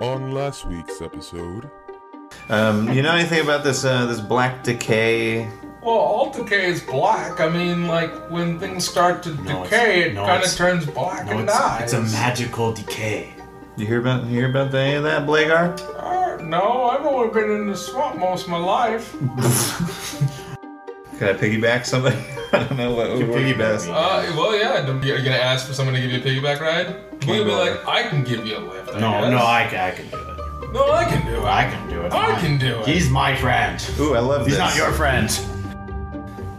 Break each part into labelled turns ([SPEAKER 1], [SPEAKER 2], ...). [SPEAKER 1] On last week's episode,
[SPEAKER 2] Um, you know anything about this uh, this black decay?
[SPEAKER 3] Well, all decay is black. I mean, like when things start to
[SPEAKER 4] it's-
[SPEAKER 3] decay, it
[SPEAKER 4] no,
[SPEAKER 3] kind of
[SPEAKER 4] it's-
[SPEAKER 3] turns black
[SPEAKER 4] No,
[SPEAKER 3] and
[SPEAKER 4] it's,
[SPEAKER 3] dies.
[SPEAKER 4] it's a magical decay.
[SPEAKER 2] You hear about you hear about any of that, Blagar?
[SPEAKER 3] Uh, no, I've only been in the swamp most of my life.
[SPEAKER 2] Can I piggyback somebody? I don't know what would work
[SPEAKER 4] piggyback
[SPEAKER 2] best.
[SPEAKER 4] me.
[SPEAKER 3] Uh, well, yeah. Are you gonna ask for someone to give you a piggyback ride? We'll be
[SPEAKER 2] go.
[SPEAKER 3] like, I can give you a lift. I
[SPEAKER 4] No,
[SPEAKER 3] guess.
[SPEAKER 4] no, I, ca- I can do it.
[SPEAKER 3] no, I can do it.
[SPEAKER 4] I can do it.
[SPEAKER 3] I can do it.
[SPEAKER 4] He's my friend.
[SPEAKER 2] Ooh, I love
[SPEAKER 4] He's
[SPEAKER 2] this.
[SPEAKER 4] not your friend.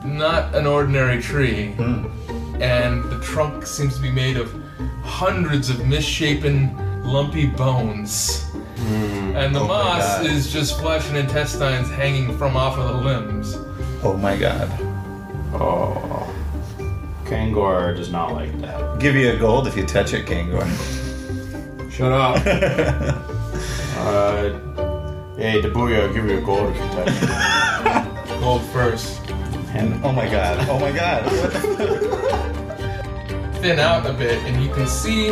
[SPEAKER 3] not an ordinary tree,
[SPEAKER 2] Hmm.
[SPEAKER 3] and the trunk seems to be made of hundreds of misshapen, lumpy bones. And the
[SPEAKER 2] Hmm.
[SPEAKER 3] moss
[SPEAKER 2] Oh God.
[SPEAKER 3] is just flesh and intestines hanging from off of the limbs.
[SPEAKER 2] Oh my god!
[SPEAKER 4] Oh. Kangor does not like that.
[SPEAKER 2] Give you a gold if you touch it, Kangor.
[SPEAKER 4] Shut up. uh, hey, Dabuya, I'll give you a gold if you touch me.
[SPEAKER 3] Gold first.
[SPEAKER 4] And
[SPEAKER 2] oh my god! Oh my god! What the-
[SPEAKER 3] Thin out a bit, and you can see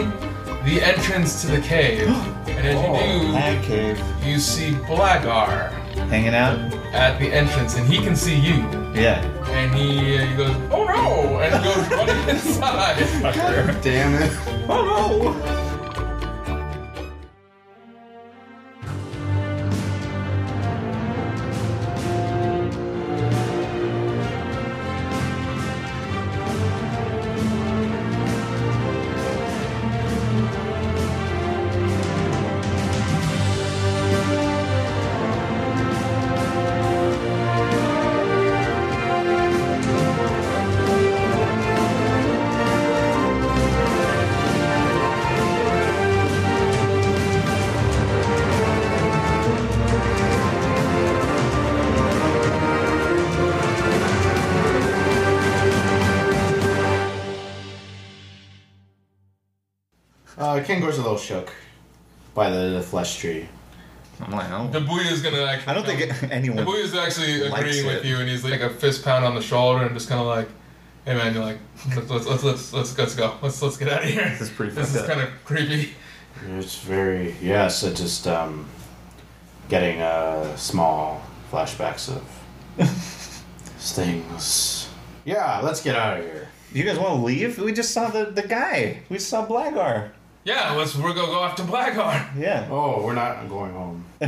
[SPEAKER 3] the entrance to the cave. And
[SPEAKER 2] Oh,
[SPEAKER 3] as
[SPEAKER 2] Lag cave.
[SPEAKER 3] you do, you see Blagar
[SPEAKER 2] Hanging out?
[SPEAKER 3] at the entrance, and he can see you.
[SPEAKER 2] Yeah.
[SPEAKER 3] And he, uh, he goes, oh no! And goes running inside.
[SPEAKER 4] damn it.
[SPEAKER 2] Oh no!
[SPEAKER 4] Uh, Kangor's a little shook by the, the flesh tree.
[SPEAKER 2] I'm like, I don't,
[SPEAKER 3] Dabuya's gonna actually.
[SPEAKER 2] I don't think
[SPEAKER 3] come-
[SPEAKER 2] it- anyone.
[SPEAKER 3] Dabuya's actually
[SPEAKER 2] likes
[SPEAKER 3] agreeing with
[SPEAKER 2] it.
[SPEAKER 3] you, and he's like a fist pound on the shoulder, and just kind of like, "Hey man, you're like, let's let's let's let's, let's, let's go, let's let's get out of here.
[SPEAKER 2] This is pretty
[SPEAKER 3] This
[SPEAKER 2] fucked
[SPEAKER 3] is
[SPEAKER 2] up.
[SPEAKER 3] kind of creepy."
[SPEAKER 4] It's very yes. It just um, getting uh, small flashbacks of things. Yeah, let's get out of here.
[SPEAKER 2] You guys want to leave? We just saw the, the guy. We saw Blagar.
[SPEAKER 3] Yeah, let's we're gonna go off to Blackheart.
[SPEAKER 2] Yeah.
[SPEAKER 4] Oh, we're not going home.
[SPEAKER 3] You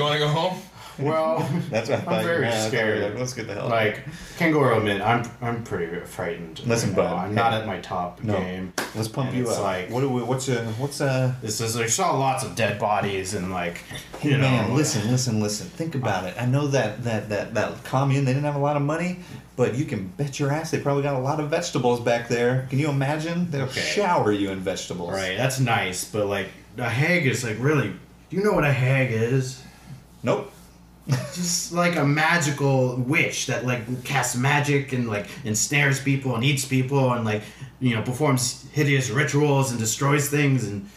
[SPEAKER 3] want to go home?
[SPEAKER 4] Well,
[SPEAKER 2] That's what I thought.
[SPEAKER 4] I'm very
[SPEAKER 2] Yeah, I thought we were
[SPEAKER 4] scared.
[SPEAKER 2] Like, Let's get the hell. out of
[SPEAKER 4] like Kangoro admit, I'm I'm pretty frightened.
[SPEAKER 2] Listen,
[SPEAKER 4] right
[SPEAKER 2] bud,
[SPEAKER 4] now. I'm not
[SPEAKER 2] hey.
[SPEAKER 4] at my top
[SPEAKER 2] No.
[SPEAKER 4] game.
[SPEAKER 2] here. Let's pump
[SPEAKER 4] and
[SPEAKER 2] you
[SPEAKER 4] it's
[SPEAKER 2] up.
[SPEAKER 4] like-
[SPEAKER 2] what do we? What's a? What's a?
[SPEAKER 4] This is I saw lots of dead bodies and like
[SPEAKER 2] Hey
[SPEAKER 4] you
[SPEAKER 2] man,
[SPEAKER 4] know, uh,
[SPEAKER 2] listen, listen, listen. Think about it. I know that that that that commune they didn't have a lot of money, but you can bet your ass they probably got a lot of vegetables back there. Can you imagine? They'll
[SPEAKER 4] Okay.
[SPEAKER 2] shower you in vegetables.
[SPEAKER 4] Right, that's nice, but like a hag is like really. You know what a hag is?
[SPEAKER 2] Nope.
[SPEAKER 4] just like a magical witch that like casts magic and like ensnares people and eats people and like you know performs hideous rituals and destroys things and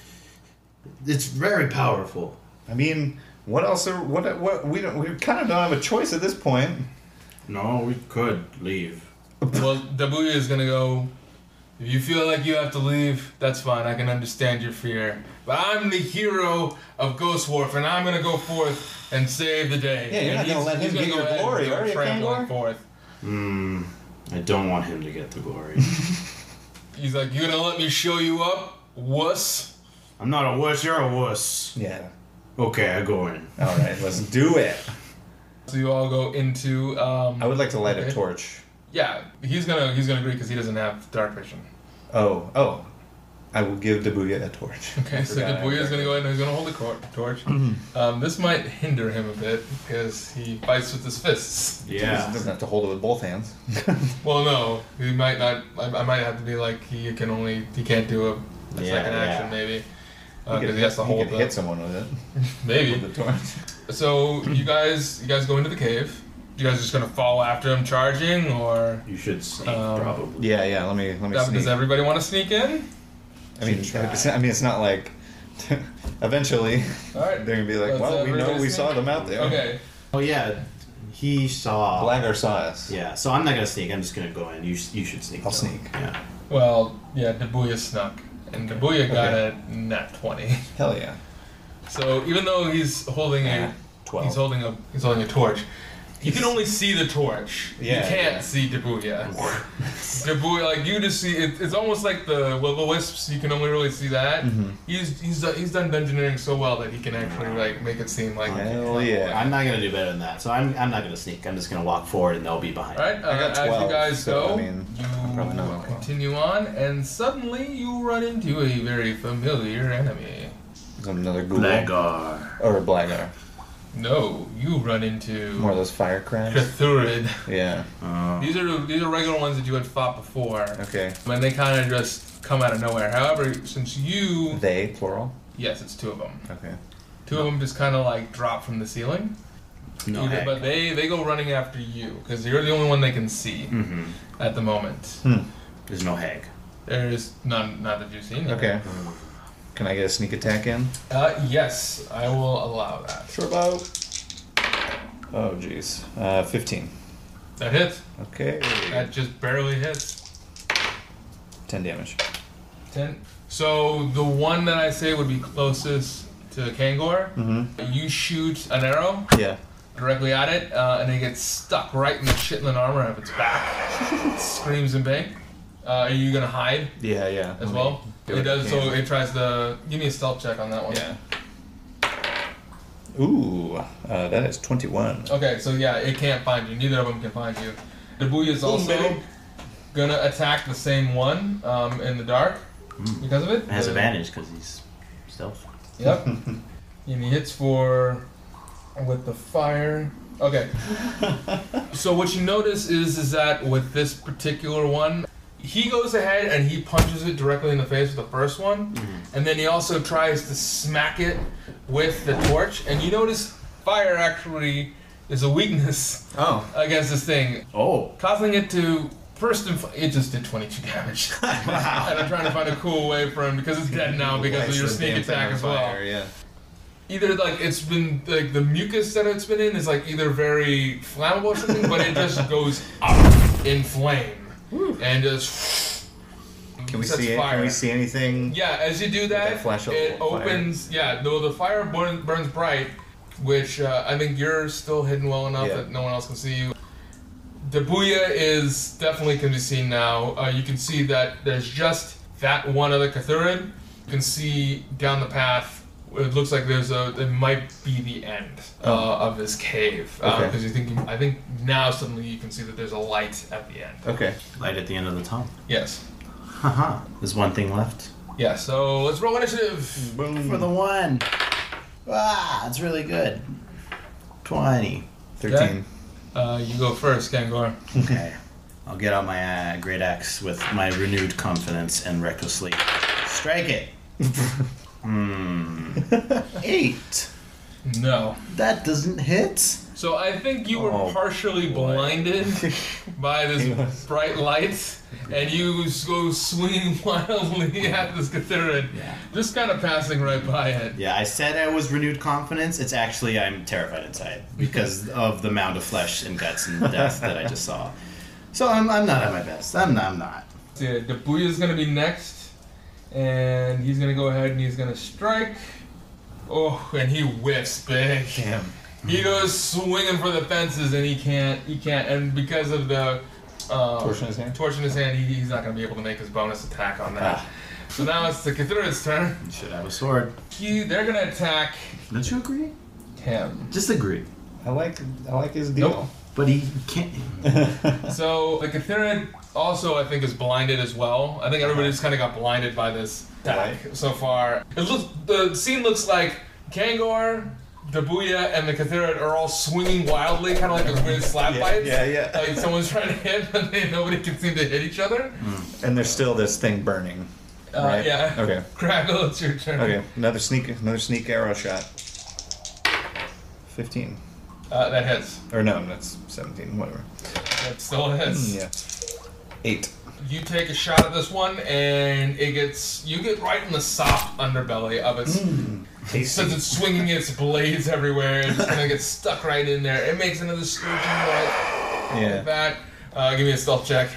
[SPEAKER 4] it's very powerful.
[SPEAKER 2] I mean, what else? Are, what? What? We don't. We kind of don't have a choice at this point.
[SPEAKER 4] No, we could leave.
[SPEAKER 3] well, Dabuya is gonna go. If you feel like you have to leave, that's fine. I can understand your fear. But I'm the hero of Ghost Wharf, and I'm gonna go forth and save the day.
[SPEAKER 2] Yeah, you're
[SPEAKER 3] And
[SPEAKER 2] not gonna
[SPEAKER 3] he's-
[SPEAKER 2] let
[SPEAKER 3] he's
[SPEAKER 2] him
[SPEAKER 3] gonna
[SPEAKER 2] get
[SPEAKER 3] go
[SPEAKER 2] your
[SPEAKER 3] ahead and
[SPEAKER 2] glory,
[SPEAKER 3] go
[SPEAKER 2] are you,
[SPEAKER 3] Trampling
[SPEAKER 2] Kangor?
[SPEAKER 3] forth.
[SPEAKER 4] I don't want him to get the glory.
[SPEAKER 3] He's like, you gonna let me show you up, wuss?
[SPEAKER 4] I'm not a wuss. You're a wuss.
[SPEAKER 2] Yeah.
[SPEAKER 4] Okay, I go in.
[SPEAKER 2] All right. let's do it.
[SPEAKER 3] So you all go into.
[SPEAKER 2] I
[SPEAKER 3] Um,
[SPEAKER 2] would like to light a
[SPEAKER 3] Okay.
[SPEAKER 2] torch.
[SPEAKER 3] yeah, he's gonna he's gonna agree because he doesn't have dark vision.
[SPEAKER 2] Oh, oh. I will give Dabuya a torch.
[SPEAKER 3] Okay, so
[SPEAKER 2] Forgot Mm-hmm. I
[SPEAKER 3] Dabuya's
[SPEAKER 2] had
[SPEAKER 3] gonna go in and he's gonna hold the cor- torch. um, this might hinder him a bit because he fights with his fists.
[SPEAKER 2] He doesn't have to hold it with both hands.
[SPEAKER 3] Well, no, he might not. I, I might have to be like he can only he can't do a, a
[SPEAKER 4] Yeah,
[SPEAKER 3] second action
[SPEAKER 4] yeah.
[SPEAKER 3] maybe
[SPEAKER 2] You
[SPEAKER 3] because
[SPEAKER 2] could
[SPEAKER 3] Uh, he has to
[SPEAKER 2] you
[SPEAKER 3] hold
[SPEAKER 2] could
[SPEAKER 3] the-
[SPEAKER 2] hit someone with it.
[SPEAKER 3] maybe.
[SPEAKER 2] With the torch.
[SPEAKER 3] So you guys you guys go into the cave. You guys just gonna fall after him charging or?
[SPEAKER 4] You should sneak
[SPEAKER 3] Um,
[SPEAKER 4] probably.
[SPEAKER 2] Yeah, yeah. Let me let me.
[SPEAKER 3] Does
[SPEAKER 2] sneak.
[SPEAKER 3] everybody want to sneak in?
[SPEAKER 2] I mean,
[SPEAKER 4] Should
[SPEAKER 2] it's, I mean, it's not like. eventually,
[SPEAKER 3] All right.
[SPEAKER 2] they're gonna be like,
[SPEAKER 3] Let's,
[SPEAKER 2] "Well,
[SPEAKER 3] uh,
[SPEAKER 2] we know
[SPEAKER 3] everybody
[SPEAKER 2] we
[SPEAKER 3] sneak."
[SPEAKER 2] saw them out there."
[SPEAKER 3] Okay.
[SPEAKER 4] Oh yeah, he saw.
[SPEAKER 2] Blagger saw us.
[SPEAKER 4] Yeah, so I'm not gonna sneak. I'm just gonna go in. You sh- you should sneak.
[SPEAKER 2] I'll
[SPEAKER 4] though.
[SPEAKER 2] sneak.
[SPEAKER 4] Yeah.
[SPEAKER 3] Well, yeah, Dabuya snuck, and Dabuya got a nat twenty.
[SPEAKER 2] Hell yeah.
[SPEAKER 3] So even though he's holding a
[SPEAKER 2] Twelve.
[SPEAKER 3] he's holding a he's holding a torch, you can only see the torch. you
[SPEAKER 2] Yeah,
[SPEAKER 3] can't
[SPEAKER 2] yeah.
[SPEAKER 3] see Dabuya. Dabuya, like you just see it, it's almost like the will o wisps. You can only really see that.
[SPEAKER 2] Mm-hmm.
[SPEAKER 3] He's he's do- he's done dungeoneering so well that he can actually like make it seem like.
[SPEAKER 2] Hell yeah.
[SPEAKER 4] I'm not gonna do better than that. So I'm, I'm not gonna sneak. I'm just gonna walk forward and they'll be behind.
[SPEAKER 3] All right,
[SPEAKER 2] I got
[SPEAKER 3] uh, as
[SPEAKER 2] 12,
[SPEAKER 3] you guys
[SPEAKER 2] so,
[SPEAKER 3] go,
[SPEAKER 2] I mean,
[SPEAKER 3] you
[SPEAKER 2] probably not well.
[SPEAKER 3] continue on, and suddenly you run into a very familiar enemy.
[SPEAKER 2] Another ghoul.
[SPEAKER 4] Lagar.
[SPEAKER 2] Or a Blagar.
[SPEAKER 3] No, you run into
[SPEAKER 2] More of those fire crabs.
[SPEAKER 3] Cthurid.
[SPEAKER 2] yeah.
[SPEAKER 4] Uh,
[SPEAKER 3] These are these are regular ones that you had fought before,
[SPEAKER 2] Okay.
[SPEAKER 3] and they kind of just come out of nowhere. However, since you,
[SPEAKER 2] They, plural.
[SPEAKER 3] yes, it's two of them.
[SPEAKER 2] Okay.
[SPEAKER 3] Two of them just kind of like drop from the ceiling.
[SPEAKER 4] No.
[SPEAKER 3] You-
[SPEAKER 4] heck.
[SPEAKER 3] but they they go running after you because you're the only one they can see
[SPEAKER 2] Mm-hmm.
[SPEAKER 4] Mhm.
[SPEAKER 3] at the moment.
[SPEAKER 4] There's no hag.
[SPEAKER 3] There is none, not that you've seen. yet.
[SPEAKER 2] Okay. Can I get a sneak attack in?
[SPEAKER 3] Uh, yes, I will allow that.
[SPEAKER 2] Turbo. Oh, jeez. Uh, 15.
[SPEAKER 3] That hits.
[SPEAKER 2] Okay.
[SPEAKER 3] That just barely hits.
[SPEAKER 2] 10 damage.
[SPEAKER 3] Ten. So the one that I say would be closest to Kangor,
[SPEAKER 2] Mm-hmm.
[SPEAKER 3] you shoot an arrow
[SPEAKER 2] Yeah.
[SPEAKER 3] directly at it, uh, and it gets stuck right in the chitlin armor of its back. Screams and bang. Uh, are you gonna hide
[SPEAKER 2] Yeah, yeah.
[SPEAKER 3] as well?
[SPEAKER 2] do
[SPEAKER 3] It
[SPEAKER 2] it
[SPEAKER 3] does. So
[SPEAKER 2] again.
[SPEAKER 3] it tries to give me a stealth check on that one.
[SPEAKER 2] Yeah. Ooh, uh, that is 21.
[SPEAKER 3] Okay, so yeah, it can't find you. Neither of them can find you. Dabuya is also
[SPEAKER 2] baby.
[SPEAKER 3] gonna attack the same one um, in the dark
[SPEAKER 2] Mm.
[SPEAKER 3] because of it.
[SPEAKER 4] It has
[SPEAKER 2] Uh,
[SPEAKER 3] The-
[SPEAKER 4] advantage because he's stealth.
[SPEAKER 3] Yep. and he hits for with the fire. Okay. so what you notice is is that with this particular one, he goes ahead and he punches it directly in the face with the first one, and then he also tries to smack it with the torch. And you notice fire actually is a weakness
[SPEAKER 2] Oh.
[SPEAKER 3] against this thing,
[SPEAKER 4] Oh.
[SPEAKER 3] causing it to. First and f- it just did 22 damage. and I'm trying to find a cool way for him because it's dead now Oh, because of your sneak attack as well
[SPEAKER 2] Yeah.
[SPEAKER 3] either like it's been like the mucus that it's been in is like either very flammable or something, but it just goes up in flame and just
[SPEAKER 2] Can we
[SPEAKER 3] sets
[SPEAKER 2] see it?
[SPEAKER 3] fire.
[SPEAKER 2] Can we see anything?
[SPEAKER 3] Yeah, as you do that,
[SPEAKER 2] that flash of
[SPEAKER 3] it
[SPEAKER 2] fire?
[SPEAKER 3] opens. Yeah, though the fire burn, burns bright, which uh, I think you're still hidden well enough
[SPEAKER 2] Yeah.
[SPEAKER 3] that no one else can see you. Dabuya is definitely can be seen now. Uh, you can see that there's just that one other Cathurid. You can see down the path. It looks like there's a. It might be the end uh, of this cave because
[SPEAKER 2] Oh. Okay.
[SPEAKER 3] you think. I think now suddenly you can see that there's a light at the end.
[SPEAKER 2] Okay.
[SPEAKER 4] Light at the end of the tunnel.
[SPEAKER 3] Yes.
[SPEAKER 4] Haha. There's one thing left.
[SPEAKER 3] Yeah. So let's roll initiative.
[SPEAKER 2] Boom.
[SPEAKER 4] For the one. Ah, it's really good. 20.
[SPEAKER 2] 13.
[SPEAKER 3] Uh, you go first, Gangor.
[SPEAKER 4] Okay. I'll get out my uh, great axe with my renewed confidence and recklessly strike it. Hmm. Eight.
[SPEAKER 3] No.
[SPEAKER 4] That doesn't hit.
[SPEAKER 3] So I think you were
[SPEAKER 2] Oh,
[SPEAKER 3] partially blinded by this bright light, and you s- go swinging wildly at this Cathurid,
[SPEAKER 4] Yeah.
[SPEAKER 3] just kind of passing right by it.
[SPEAKER 4] Yeah, I said I was renewed confidence. It's actually I'm terrified inside because of the mound of flesh and guts and death that I just saw. So I'm, I'm not at my best. I'm not. I'm not.
[SPEAKER 3] Yeah, Dabuya's gonna be next, and he's gonna go ahead and he's gonna strike. Oh, and he whiffs big.
[SPEAKER 2] Damn.
[SPEAKER 3] He goes swinging for the fences, and he can't. He can't, and because of the uh,
[SPEAKER 2] Torch in his hand?
[SPEAKER 3] torch in his hand, he, he's not gonna be able to make his bonus attack on that.
[SPEAKER 2] Ah.
[SPEAKER 3] So now it's the Cathurid's turn.
[SPEAKER 4] You should have a sword.
[SPEAKER 3] He, they're gonna attack
[SPEAKER 4] Don't you agree?
[SPEAKER 3] him.
[SPEAKER 4] Just agree.
[SPEAKER 2] I like I like his deal.
[SPEAKER 4] But he can't.
[SPEAKER 3] So the Cathurid also, I think, is blinded as well. I think everybody just kind of got blinded by this attack so far. It looks the scene looks like Kangor, Dabuya, and the Cathurid are all swinging wildly, kind of like those weird slap
[SPEAKER 2] Yeah,
[SPEAKER 3] fights.
[SPEAKER 2] yeah, yeah.
[SPEAKER 3] Like someone's trying to hit, but they, nobody can seem to hit each other.
[SPEAKER 2] And there's still this thing burning.
[SPEAKER 3] Uh,
[SPEAKER 2] Mm, Right.
[SPEAKER 3] Yeah.
[SPEAKER 2] Okay.
[SPEAKER 3] Crackle, it's your turn.
[SPEAKER 2] Okay. Another sneak another sneak arrow shot. 15.
[SPEAKER 3] Uh, that hits.
[SPEAKER 2] Or no, that's 17, whatever.
[SPEAKER 3] That still hits.
[SPEAKER 2] Mm, Yeah. 8.
[SPEAKER 3] You take a shot at this one, and it gets you get right in the soft underbelly of its. Since it's swinging its blades everywhere, it's gonna get stuck right in there. It makes another scourging noise
[SPEAKER 2] Yeah.
[SPEAKER 3] like that. Uh, give me a stealth check.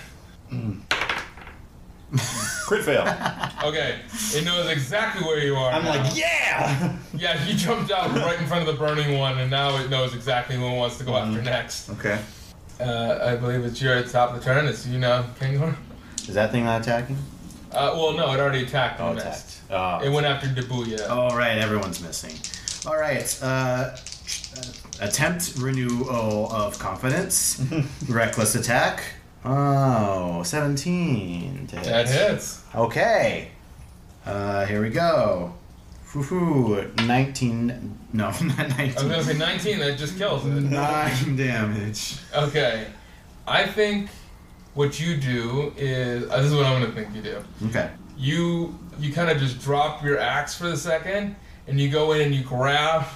[SPEAKER 5] Crit fail.
[SPEAKER 3] Okay, it knows exactly where you are.
[SPEAKER 5] I'm
[SPEAKER 3] now.
[SPEAKER 5] like, yeah.
[SPEAKER 3] Yeah, he jumped out right in front of the burning one, and now it knows exactly who it wants to go after next.
[SPEAKER 5] Okay.
[SPEAKER 3] Uh, I believe it's your top of the turn. It's you now, Kangor.
[SPEAKER 5] Is that thing not attacking?
[SPEAKER 3] Uh, well, no, it already attacked and missed.
[SPEAKER 4] Oh.
[SPEAKER 3] It went after Dabuya.
[SPEAKER 4] All right, everyone's missing. All right, uh, attempt renewal of confidence, reckless attack. Oh, 17. to hit.
[SPEAKER 3] That hits.
[SPEAKER 4] Okay. Uh, here we go. Woo-hoo. 19. No, not
[SPEAKER 3] I was gonna
[SPEAKER 4] 19.
[SPEAKER 3] say 19. That just kills it.
[SPEAKER 4] Nine damage.
[SPEAKER 3] Okay, I think what you do is uh, this is what I'm gonna think you do.
[SPEAKER 4] Okay.
[SPEAKER 3] You you kind of just drop your axe for the second, and you go in and you grab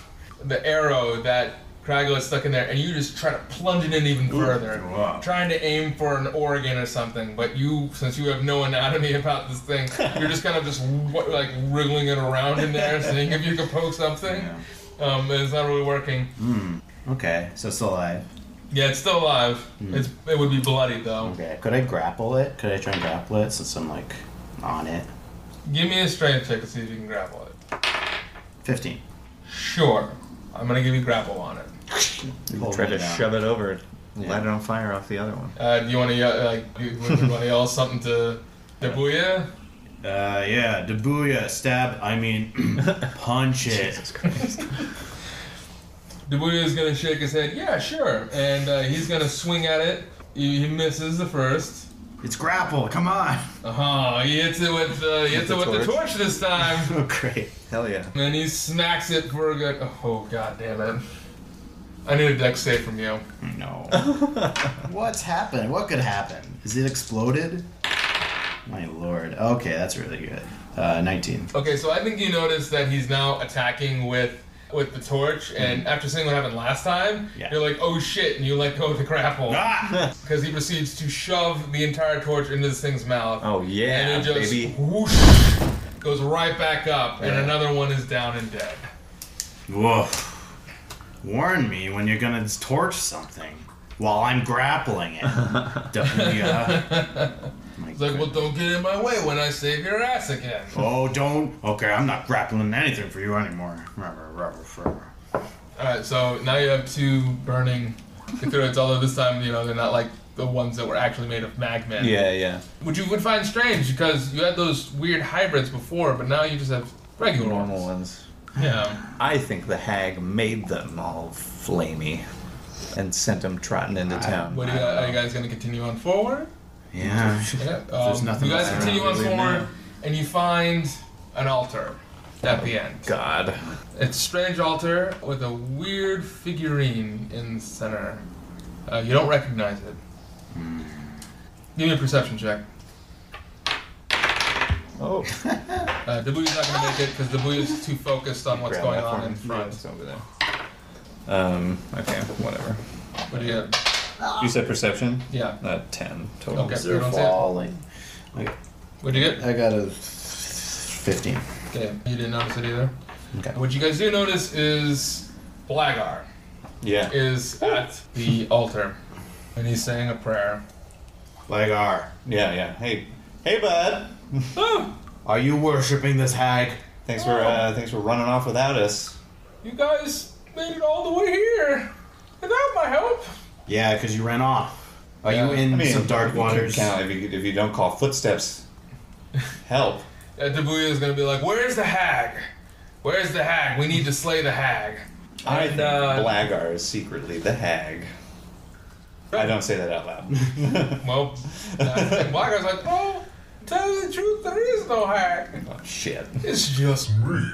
[SPEAKER 3] the arrow that Craggle is stuck in there, and you just try to plunge it in even further.
[SPEAKER 4] wow.
[SPEAKER 3] Trying to aim for an organ or something, but you, since you have no anatomy about this thing, you're just kind of just w- like wriggling it around in there, seeing if you can poke something. Um, and it's not really working.
[SPEAKER 4] Okay, so still alive.
[SPEAKER 3] Yeah, it's still alive. It's it would be bloody though.
[SPEAKER 4] Okay, could I grapple it? Could I try and grapple it since I'm like on it?
[SPEAKER 3] Give me a strength check to see if you can grapple it.
[SPEAKER 4] 15.
[SPEAKER 3] Sure, I'm gonna give you grapple on it.
[SPEAKER 4] Hold
[SPEAKER 2] Try
[SPEAKER 4] me
[SPEAKER 2] to
[SPEAKER 4] down.
[SPEAKER 2] shove it over,
[SPEAKER 4] Yeah.
[SPEAKER 2] light it on fire off the other one.
[SPEAKER 3] Uh, do you want to yell, like do you, want to yell something to Dabuya?
[SPEAKER 4] Uh, yeah, Dabuya, stab, I mean, punch it.
[SPEAKER 3] Dabuya is gonna shake his head. Yeah, sure, and uh, he's gonna swing at it. He, he misses the first.
[SPEAKER 4] It's grapple, come on.
[SPEAKER 3] Uh-huh. He hits it with uh, he hits
[SPEAKER 2] the
[SPEAKER 3] it with the
[SPEAKER 2] torch.
[SPEAKER 3] torch this time.
[SPEAKER 4] Oh, great.
[SPEAKER 2] Hell yeah.
[SPEAKER 3] And he smacks it for a good. Oh god damn it! I need a deck save from you.
[SPEAKER 4] No. What's happened? What could happen? Is it exploded? My lord. Okay, that's really good. Uh, 19.
[SPEAKER 3] Okay, so I think you notice that he's now attacking with with the torch,
[SPEAKER 2] Mm-hmm.
[SPEAKER 3] and after seeing what happened last time,
[SPEAKER 4] Yeah.
[SPEAKER 3] you're like, oh shit, and you let go of the grapple
[SPEAKER 4] Ah!
[SPEAKER 3] because he proceeds to shove the entire torch into this thing's mouth,
[SPEAKER 2] Oh yeah,
[SPEAKER 3] and it just
[SPEAKER 2] baby.
[SPEAKER 3] whoosh goes right back up, and another one is down and dead.
[SPEAKER 4] Woof. Warn me when you're gonna torch something while I'm grappling it. Dabuya. My
[SPEAKER 3] It's like, well,
[SPEAKER 4] goodness.
[SPEAKER 3] don't get in my way when I save your ass again.
[SPEAKER 4] Oh, don't. Okay, I'm not grappling anything for you anymore. Rubber, rubber, forever.
[SPEAKER 3] All right, so now you have two burning Cthulhu's, although this time you know they're not like the ones that were actually made of magma.
[SPEAKER 2] Yeah, yeah.
[SPEAKER 3] Which you would find strange because you had those weird hybrids before, but now you just have regular
[SPEAKER 2] Normal
[SPEAKER 3] ones.
[SPEAKER 2] ones.
[SPEAKER 3] Yeah.
[SPEAKER 2] I think the hag made them all flamey and sent them trotting into town.
[SPEAKER 3] What do you, are you guys going to continue on forward?
[SPEAKER 4] Yeah.
[SPEAKER 3] Yeah. um,
[SPEAKER 4] There's nothing
[SPEAKER 3] you guys
[SPEAKER 4] else
[SPEAKER 3] continue on
[SPEAKER 4] around, really,
[SPEAKER 3] forward,
[SPEAKER 4] now.
[SPEAKER 3] and you find an altar at the end.
[SPEAKER 2] God.
[SPEAKER 3] It's a strange altar with a weird figurine in the center. Uh, you don't recognize it.
[SPEAKER 2] Hmm.
[SPEAKER 3] Give me a perception check.
[SPEAKER 2] Oh,
[SPEAKER 3] Uh, Dabuya's not going to make it because Dabuya's too focused on what's
[SPEAKER 2] grab
[SPEAKER 3] going
[SPEAKER 2] that
[SPEAKER 3] on
[SPEAKER 2] for
[SPEAKER 3] in
[SPEAKER 2] me.
[SPEAKER 3] front.
[SPEAKER 2] It's over there. Um. Okay. Whatever.
[SPEAKER 3] What do you have?
[SPEAKER 2] You said perception.
[SPEAKER 3] Yeah.
[SPEAKER 2] Uh, ten total.
[SPEAKER 3] Okay.
[SPEAKER 4] They're
[SPEAKER 3] don't see it.
[SPEAKER 4] falling.
[SPEAKER 3] What'd you get?
[SPEAKER 4] I got a 15.
[SPEAKER 3] Okay, you didn't notice it either.
[SPEAKER 4] Okay.
[SPEAKER 3] What you guys do notice is Blagar
[SPEAKER 2] Yeah.
[SPEAKER 3] is at the altar and he's saying a prayer.
[SPEAKER 4] Like R.
[SPEAKER 2] Yeah. Yeah. Hey. Hey, bud.
[SPEAKER 4] Are you worshiping this hag?
[SPEAKER 2] Thanks for uh, thanks for running off without us.
[SPEAKER 3] You guys made it all the way here without my help.
[SPEAKER 4] Yeah, because you ran off. Are
[SPEAKER 3] Yeah,
[SPEAKER 4] you in
[SPEAKER 2] I mean,
[SPEAKER 4] some dark
[SPEAKER 2] you
[SPEAKER 4] waters?
[SPEAKER 2] can Count if you if you don't call footsteps. Help.
[SPEAKER 3] Uh, Dabuya is gonna be like, "Where's the hag? Where's the hag? We need to slay the hag."
[SPEAKER 2] I think
[SPEAKER 3] And, uh,
[SPEAKER 2] Blagar is secretly the hag. I don't say that out loud.
[SPEAKER 3] Well, uh, Blagar's like, "Oh, tell you the truth, there is no hag.
[SPEAKER 2] oh, shit.
[SPEAKER 3] It's just me."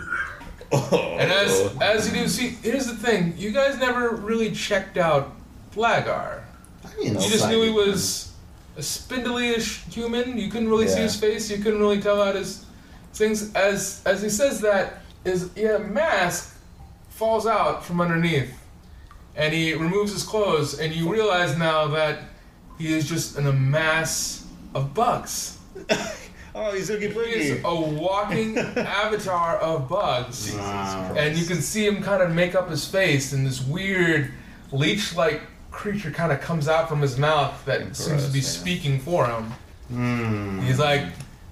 [SPEAKER 2] Oh.
[SPEAKER 3] And as as you do see, here's the thing: you guys never really checked out Blagar.
[SPEAKER 4] You know,
[SPEAKER 3] You just
[SPEAKER 4] like-
[SPEAKER 3] knew he was a spindly-ish human. You couldn't really see
[SPEAKER 2] Yeah.
[SPEAKER 3] his face. You couldn't really tell out his things. As as he says that, his yeah, mask falls out from underneath, and he removes his clothes, and you realize now that he is just an amass of bugs.
[SPEAKER 2] oh, he's Oogie
[SPEAKER 3] He is a walking avatar of bugs
[SPEAKER 4] Wow.
[SPEAKER 3] and you can see him kind of make up his face, and this weird leech-like creature kind of comes out from his mouth that seems to be
[SPEAKER 2] Gross, yeah.
[SPEAKER 3] speaking for him. He's like,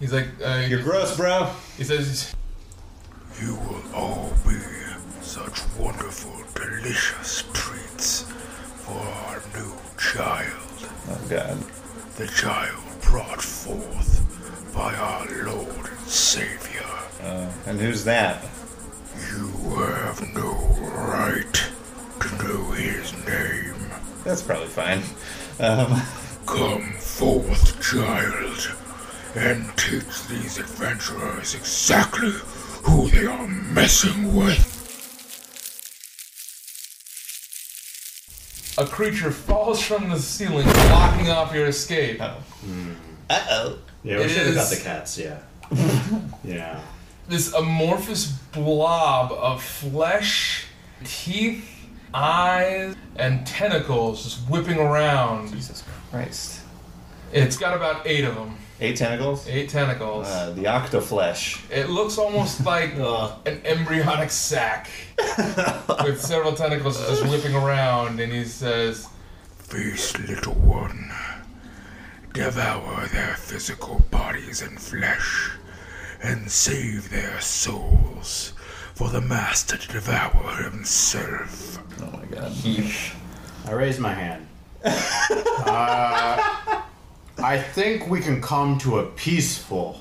[SPEAKER 3] he's He's like, uh,
[SPEAKER 6] You're gross, bro.
[SPEAKER 3] he says,
[SPEAKER 7] You will all be such wonderful, delicious treats for our new child.
[SPEAKER 2] Oh god.
[SPEAKER 7] The child brought forth by our Lord and Savior.
[SPEAKER 2] And who's that?
[SPEAKER 7] You have no right to know his name.
[SPEAKER 2] That's probably fine. Um,
[SPEAKER 7] Come forth, child, and teach these adventurers exactly who they are messing with.
[SPEAKER 3] a creature falls from the ceiling, blocking off your escape.
[SPEAKER 6] Uh oh.
[SPEAKER 4] Yeah, we
[SPEAKER 3] It
[SPEAKER 4] should have got
[SPEAKER 3] is-
[SPEAKER 4] the cats. Yeah. yeah.
[SPEAKER 3] This amorphous blob of flesh, teeth, eyes, and tentacles just whipping around.
[SPEAKER 2] Jesus Christ.
[SPEAKER 3] It's got about eight of them,
[SPEAKER 2] Eight tentacles?
[SPEAKER 3] eight tentacles.
[SPEAKER 2] Uh, the octoflesh.
[SPEAKER 3] It looks almost like an embryonic sac with several tentacles just whipping around, and he says,
[SPEAKER 7] Feast, little one. Devour their physical bodies and flesh, and save their souls for the master to devour himself.
[SPEAKER 2] Oh my god.
[SPEAKER 4] I raise my hand. uh, I think we can come to a peaceful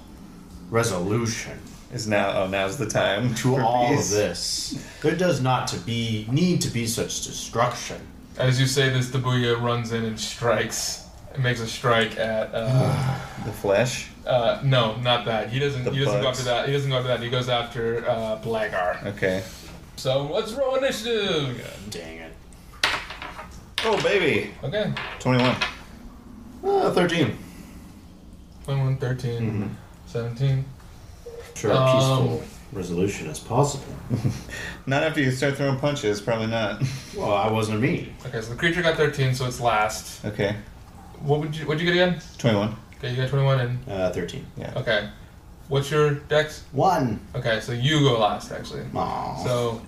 [SPEAKER 4] resolution
[SPEAKER 2] Is now oh now's the time
[SPEAKER 4] to
[SPEAKER 2] for
[SPEAKER 4] all
[SPEAKER 2] peace.
[SPEAKER 4] of this. There does not to be need to be such destruction.
[SPEAKER 3] As you say this, the Booyah runs in and strikes. It makes a strike at. Uh,
[SPEAKER 2] The flesh?
[SPEAKER 3] uh, no, not that. He doesn't.
[SPEAKER 2] The
[SPEAKER 3] He doesn't go
[SPEAKER 2] bugs.
[SPEAKER 3] after that. He doesn't go after that. He goes after uh, Blagar.
[SPEAKER 2] Okay.
[SPEAKER 3] So let's roll initiative.
[SPEAKER 4] Dang it.
[SPEAKER 2] Oh baby.
[SPEAKER 3] Okay,
[SPEAKER 2] Twenty one.
[SPEAKER 4] Uh, Thirteen.
[SPEAKER 3] 21, 13,
[SPEAKER 2] Mm-hmm.
[SPEAKER 3] 17.
[SPEAKER 4] Sure, a peaceful resolution as possible.
[SPEAKER 2] Not after you start throwing punches, probably not.
[SPEAKER 4] Well, I wasn't me.
[SPEAKER 3] Okay, so the creature got thirteen, so it's last.
[SPEAKER 2] Okay.
[SPEAKER 3] What would you? What'd you get again?
[SPEAKER 2] Twenty one.
[SPEAKER 3] Okay, you got twenty-one and.
[SPEAKER 4] Uh, Thirteen.
[SPEAKER 3] Okay, what's your dex?
[SPEAKER 4] One.
[SPEAKER 3] Okay, so you go last actually.
[SPEAKER 4] Aw.
[SPEAKER 3] So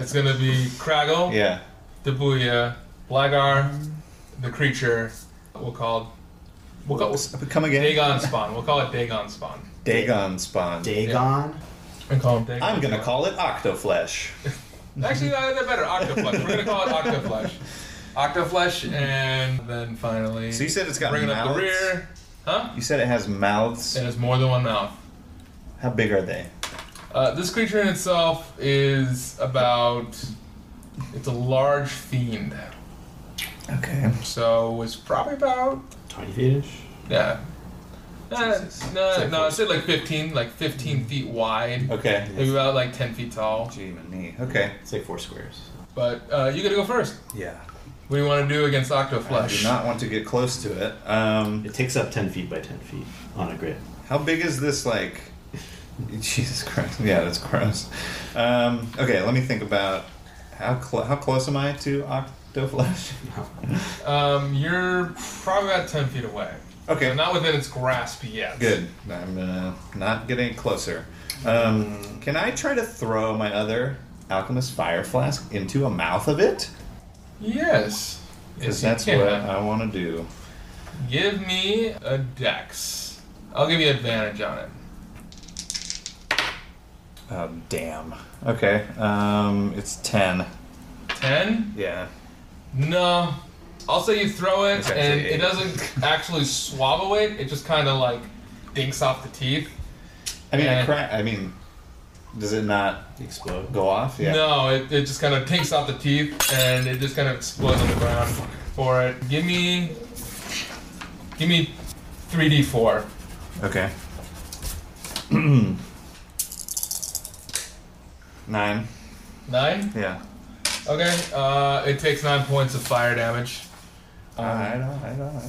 [SPEAKER 3] it's gonna be Craggle.
[SPEAKER 2] Yeah.
[SPEAKER 3] the Booyah, Blagar, the creature, we'll call we'll call
[SPEAKER 2] Come again.
[SPEAKER 3] Dagon Spawn. We'll call it Dagon Spawn.
[SPEAKER 2] Dagon spawn.
[SPEAKER 4] Dagon.
[SPEAKER 3] And call him Dagon.
[SPEAKER 2] I'm gonna
[SPEAKER 3] Spawn.
[SPEAKER 2] call it octoflesh.
[SPEAKER 3] Actually, no, they're better. Octoflesh. We're gonna call it Octoflesh. Octoflesh, and then finally.
[SPEAKER 2] So you said it's got
[SPEAKER 3] bringing up
[SPEAKER 2] mouths?
[SPEAKER 3] the rear, huh?
[SPEAKER 2] You said it has mouths.
[SPEAKER 3] And it's more than one mouth.
[SPEAKER 2] How big are they?
[SPEAKER 3] Uh, this creature in itself is about. It's a large fiend,
[SPEAKER 2] Okay.
[SPEAKER 3] so it's probably about
[SPEAKER 4] Twenty feet.
[SPEAKER 3] Yeah. Uh, no,
[SPEAKER 2] It's
[SPEAKER 3] no,
[SPEAKER 2] like-
[SPEAKER 3] I said like 15, like 15 feet wide,
[SPEAKER 2] Okay.
[SPEAKER 3] maybe about like 10 feet tall.
[SPEAKER 2] Gee, my knee. Okay.
[SPEAKER 4] It's like four squares.
[SPEAKER 3] But uh, you gotta go first.
[SPEAKER 2] Yeah.
[SPEAKER 3] What do you want to do against
[SPEAKER 2] I do
[SPEAKER 3] Octoflesh?
[SPEAKER 2] not want to get close to it. Um,
[SPEAKER 4] It takes up ten feet by ten feet on a grid.
[SPEAKER 2] how big is this? Like, Jesus Christ. Yeah, that's gross. Um, okay, let me think about how cl- how close am I to octoflesh?
[SPEAKER 3] Um, you're probably about 10 feet away.
[SPEAKER 2] Okay.
[SPEAKER 3] So not within its grasp yet.
[SPEAKER 2] Good. I'm gonna not get any closer. Um, can I try to throw my other alchemist fire flask into a mouth of it?
[SPEAKER 3] Yes.
[SPEAKER 2] Because
[SPEAKER 3] Yes, you
[SPEAKER 2] that's
[SPEAKER 3] can.
[SPEAKER 2] what I want to do.
[SPEAKER 3] Give me a dex. I'll give you advantage on it.
[SPEAKER 2] Oh, damn. Okay. Um, it's ten.
[SPEAKER 3] 10?
[SPEAKER 2] Yeah.
[SPEAKER 3] No. I'll say you throw it,
[SPEAKER 2] It's actually
[SPEAKER 3] and
[SPEAKER 2] eight.
[SPEAKER 3] it doesn't actually swallow it, it just kind of like dinks off the teeth.
[SPEAKER 2] I mean, I
[SPEAKER 3] Yeah.
[SPEAKER 2] crack. I mean, does it not
[SPEAKER 4] Explode.
[SPEAKER 2] go off? Yeah.
[SPEAKER 3] No, it, it just kind of takes out the teeth and it just kind of explodes on the ground for it. Give me, give me, three d four.
[SPEAKER 2] Okay. Nine.
[SPEAKER 3] Nine.
[SPEAKER 2] Yeah.
[SPEAKER 3] Okay. Uh, it takes nine points of fire damage. Um,
[SPEAKER 2] Alright, alright, alright.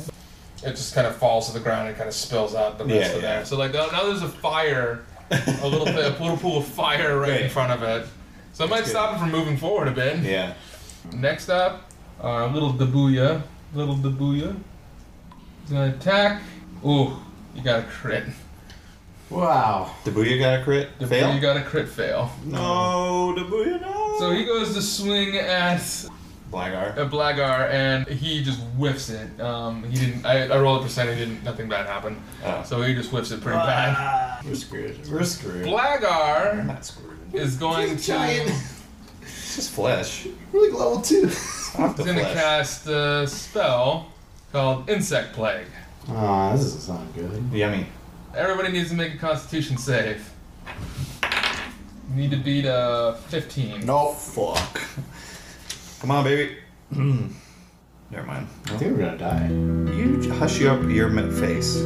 [SPEAKER 3] It just kind of falls to the ground and kind of spills out the rest
[SPEAKER 2] Yeah,
[SPEAKER 3] of
[SPEAKER 2] yeah.
[SPEAKER 3] there. So like now now there's a fire, a little bit, a little pool of fire right in
[SPEAKER 2] Great.
[SPEAKER 3] front of it. So it might stop it from moving forward a bit.
[SPEAKER 2] Yeah.
[SPEAKER 3] Next up, uh, little Dabuya. Little Dabuya. He's gonna attack. Ooh, you got a crit.
[SPEAKER 4] Wow.
[SPEAKER 2] The booyah got a crit. Fail?
[SPEAKER 3] You got a crit fail.
[SPEAKER 2] no, the booyah no.
[SPEAKER 3] So he goes to swing at
[SPEAKER 8] Blagar.
[SPEAKER 9] a Blagar, and he just whiffs it. Um, he didn't. I, I rolled a percent. He didn't. Nothing bad happened.
[SPEAKER 8] Oh.
[SPEAKER 9] So he just whiffs it pretty bad.
[SPEAKER 8] We're screwed. We're screwed.
[SPEAKER 9] Blagar
[SPEAKER 8] not screwed.
[SPEAKER 9] is going
[SPEAKER 4] Giant.
[SPEAKER 9] to.
[SPEAKER 8] It's just flesh.
[SPEAKER 4] We're like level two.
[SPEAKER 9] He's going to cast a spell called Insect Plague.
[SPEAKER 4] Aw, this doesn't sound good.
[SPEAKER 8] Yummy.
[SPEAKER 9] Everybody needs to make a Constitution save. Need to beat a 15.
[SPEAKER 8] No fuck. Come on, baby. Mm. Never mind.
[SPEAKER 4] I think we're gonna die.
[SPEAKER 8] You hush you up your m- face.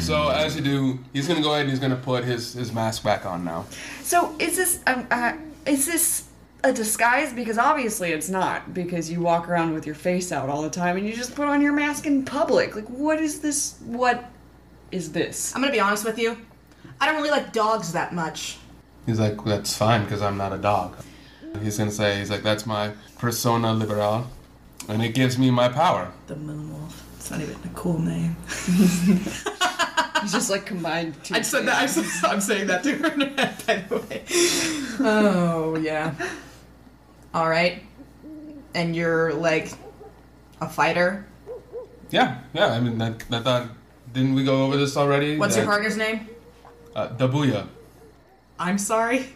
[SPEAKER 3] So as you do, he's gonna go ahead and he's gonna put his, his mask back on now.
[SPEAKER 10] So is this um, uh, is this a disguise? Because obviously it's not. Because you walk around with your face out all the time, and you just put on your mask in public. Like, what is this? What is this?
[SPEAKER 11] I'm gonna be honest with you. I don't really like dogs that much.
[SPEAKER 3] He's like, that's fine because I'm not a dog. He's gonna say, he's like, that's my persona liberal, and it gives me my power.
[SPEAKER 11] The moonwolf. It's not even a cool name.
[SPEAKER 10] It's just like combined. Two
[SPEAKER 11] I said that. I'm, s- I'm saying that to her, by the way. Oh yeah. All right. And you're like a fighter.
[SPEAKER 3] Yeah, yeah. I mean, that that, that didn't we go over this already?
[SPEAKER 11] What's your
[SPEAKER 3] That-
[SPEAKER 11] partner's name?
[SPEAKER 3] Uh, Dabuya.
[SPEAKER 11] I'm sorry.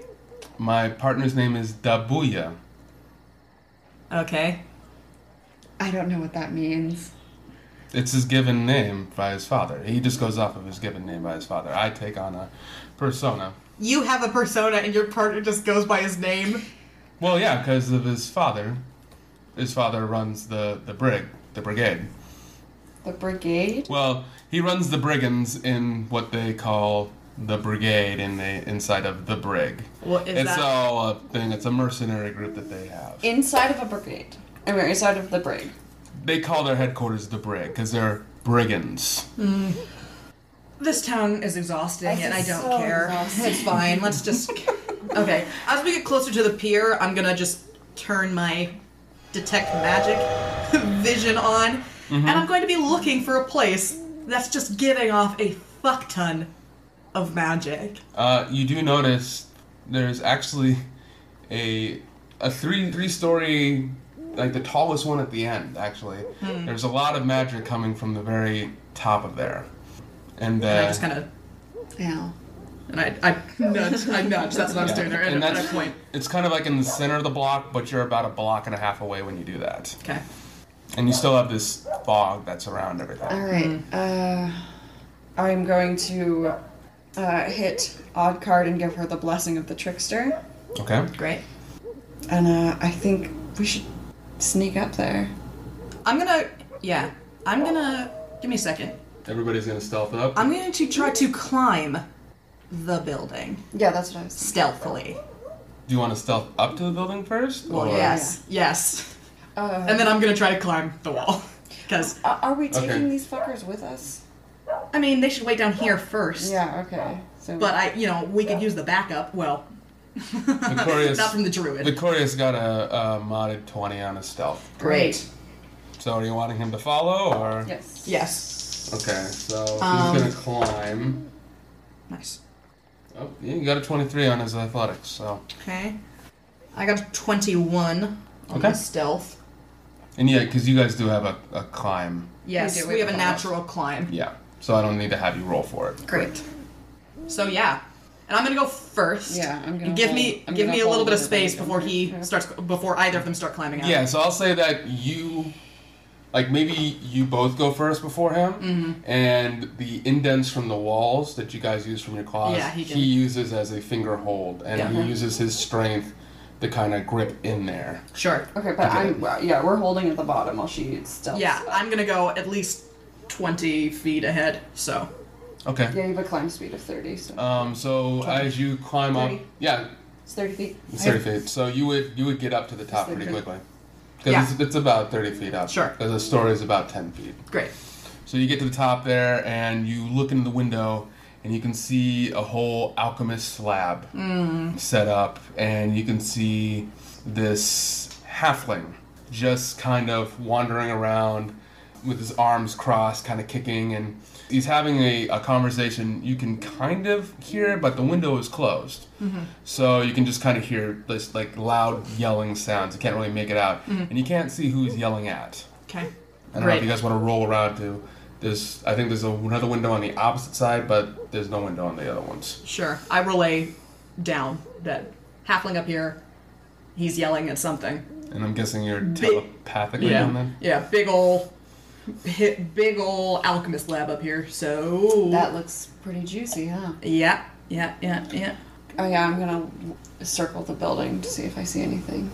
[SPEAKER 3] My partner's name is Dabuya.
[SPEAKER 11] Okay.
[SPEAKER 10] I don't know what that means.
[SPEAKER 3] It's his given name by his father. He just goes off of his given name by his father. I take on a persona.
[SPEAKER 11] You have a persona, and your partner just goes by his name.
[SPEAKER 3] Well, yeah, because of his father. His father runs the the brig, the brigade.
[SPEAKER 10] The brigade.
[SPEAKER 3] Well, he runs the brigands in what they call the brigade in the inside of the brig.
[SPEAKER 11] What is
[SPEAKER 3] it's uh,
[SPEAKER 11] that?
[SPEAKER 3] all a thing. It's a mercenary group that they have.
[SPEAKER 10] Inside of a brigade. I mean, inside of the brig.
[SPEAKER 3] They call their headquarters the brig because they're brigands.
[SPEAKER 11] This town is exhausting,
[SPEAKER 10] This
[SPEAKER 11] and I
[SPEAKER 10] is
[SPEAKER 11] don't
[SPEAKER 10] so
[SPEAKER 11] care.
[SPEAKER 10] exhausting.
[SPEAKER 11] It's fine. Let's just okay. As we get closer to the pier, I'm gonna just turn my detect magic vision on,
[SPEAKER 3] Mm-hmm.
[SPEAKER 11] and I'm going to be looking for a place that's just giving off a fuck ton of magic.
[SPEAKER 3] Uh, you do notice there's actually a a three three story like the tallest one at the end actually.
[SPEAKER 11] Hmm.
[SPEAKER 3] There's a lot of magic coming from the very top of there. And, uh,
[SPEAKER 11] And I just kind of
[SPEAKER 10] Yeah.
[SPEAKER 11] and I I nudge I nudge. That's what I was doing there. And,
[SPEAKER 3] and
[SPEAKER 11] and
[SPEAKER 3] that's
[SPEAKER 11] I point.
[SPEAKER 3] it's kind of like in the center of the block, but you're about a block and a half away when you do that.
[SPEAKER 11] Okay.
[SPEAKER 3] And you still have this fog that's around
[SPEAKER 10] All
[SPEAKER 3] everything.
[SPEAKER 10] right.
[SPEAKER 11] Hmm.
[SPEAKER 10] Uh, I'm going to uh, hit odd card and give her the blessing of the trickster.
[SPEAKER 11] Uh,
[SPEAKER 3] Okay.
[SPEAKER 11] Great.
[SPEAKER 10] And uh, I think we should sneak up there.
[SPEAKER 11] I'm gonna yeah. I'm gonna give me a second.
[SPEAKER 3] Everybody's gonna stealth up.
[SPEAKER 11] I'm going to try to climb the building
[SPEAKER 10] Yeah, that's what I was.
[SPEAKER 11] stealthily.
[SPEAKER 3] do you want to stealth up to the building first?
[SPEAKER 11] Well,
[SPEAKER 3] or-
[SPEAKER 11] yes, yes.
[SPEAKER 10] Uh,
[SPEAKER 11] And then I'm gonna try to climb the wall. Because,
[SPEAKER 10] Are are we taking
[SPEAKER 3] Okay.
[SPEAKER 10] these fuckers with us?
[SPEAKER 11] I mean, they should wait down here first.
[SPEAKER 10] Yeah, okay. So
[SPEAKER 11] But I, you know, we could use the backup. Well,
[SPEAKER 3] Victorious-
[SPEAKER 11] not from the druid.
[SPEAKER 3] Victoria's got a, a modded twenty on his stealth.
[SPEAKER 11] Great.
[SPEAKER 3] So are you wanting him to follow or?
[SPEAKER 10] Yes.
[SPEAKER 11] Yes.
[SPEAKER 3] Okay, so
[SPEAKER 11] Um,
[SPEAKER 3] he's gonna climb.
[SPEAKER 11] Nice.
[SPEAKER 3] Oh, yeah, you got a 23 on his athletics, so.
[SPEAKER 11] Okay. I got 21 on
[SPEAKER 3] Okay.
[SPEAKER 11] my stealth.
[SPEAKER 3] And yeah, because you guys do have a, a climb.
[SPEAKER 11] Yes,
[SPEAKER 10] do,
[SPEAKER 11] we,
[SPEAKER 10] we
[SPEAKER 11] have a
[SPEAKER 10] have a lot.
[SPEAKER 11] natural climb.
[SPEAKER 3] Yeah, so I don't need to have you roll for it.
[SPEAKER 11] Great. So yeah, and I'm gonna go first.
[SPEAKER 10] Yeah, I'm gonna
[SPEAKER 11] And give
[SPEAKER 10] hold-
[SPEAKER 11] me
[SPEAKER 10] I'm
[SPEAKER 11] give
[SPEAKER 10] gonna
[SPEAKER 11] me a little
[SPEAKER 10] hold
[SPEAKER 11] bit of
[SPEAKER 10] everybody
[SPEAKER 11] space before
[SPEAKER 10] down.
[SPEAKER 11] he starts before either of them start climbing out.
[SPEAKER 3] Yeah, so I'll say that you, like maybe you both go first before him,
[SPEAKER 11] Mm-hmm.
[SPEAKER 3] and the indents from the walls that you guys use from your claws,
[SPEAKER 11] Yeah, he can-
[SPEAKER 3] uses as a finger hold, and
[SPEAKER 11] Yeah.
[SPEAKER 3] he uses his strength to kind of grip in there.
[SPEAKER 11] Sure.
[SPEAKER 10] Okay, but I'm well, yeah, we're holding at the bottom while she stealths.
[SPEAKER 11] Yeah,
[SPEAKER 10] up.
[SPEAKER 11] I'm gonna go at least 20 feet ahead, so.
[SPEAKER 3] Okay.
[SPEAKER 10] Yeah, you have a climb speed of thirty, so
[SPEAKER 3] Um. So as you climb up,
[SPEAKER 10] Thirty.
[SPEAKER 3] yeah,
[SPEAKER 10] it's thirty feet.
[SPEAKER 3] it's thirty feet. So you would you would get up to the top
[SPEAKER 10] Is there
[SPEAKER 3] pretty
[SPEAKER 10] good-
[SPEAKER 3] quickly. Because
[SPEAKER 11] Yeah.
[SPEAKER 3] it's, it's about 30 feet up.
[SPEAKER 11] Sure.
[SPEAKER 3] Because the story is about 10 feet.
[SPEAKER 11] Great.
[SPEAKER 3] So you get to the top there, and you look in the window, and you can see a whole alchemist lab set up, and you can see this halfling just kind of wandering around with his arms crossed, kind of kicking, and he's having a, a conversation you can kind of hear, but the window is closed. So you can just kind of hear this like loud yelling sounds. You can't really make it out, and you can't see who he's yelling at.
[SPEAKER 11] Okay.
[SPEAKER 3] I don't know if you guys want to roll around to. There's, I think there's another window on the opposite side, but there's no window on the other ones.
[SPEAKER 11] Sure. I relay down that halfling up here. He's yelling at something.
[SPEAKER 3] And I'm guessing you're telepathically doing
[SPEAKER 11] Yeah.
[SPEAKER 3] that.
[SPEAKER 11] Yeah. Big ol' bi- big ol' alchemist lab up here. So
[SPEAKER 10] That looks pretty juicy, huh?
[SPEAKER 11] Yeah. Yeah. Yeah. Yeah.
[SPEAKER 10] Oh yeah, I'm gonna circle the building to see if I see anything.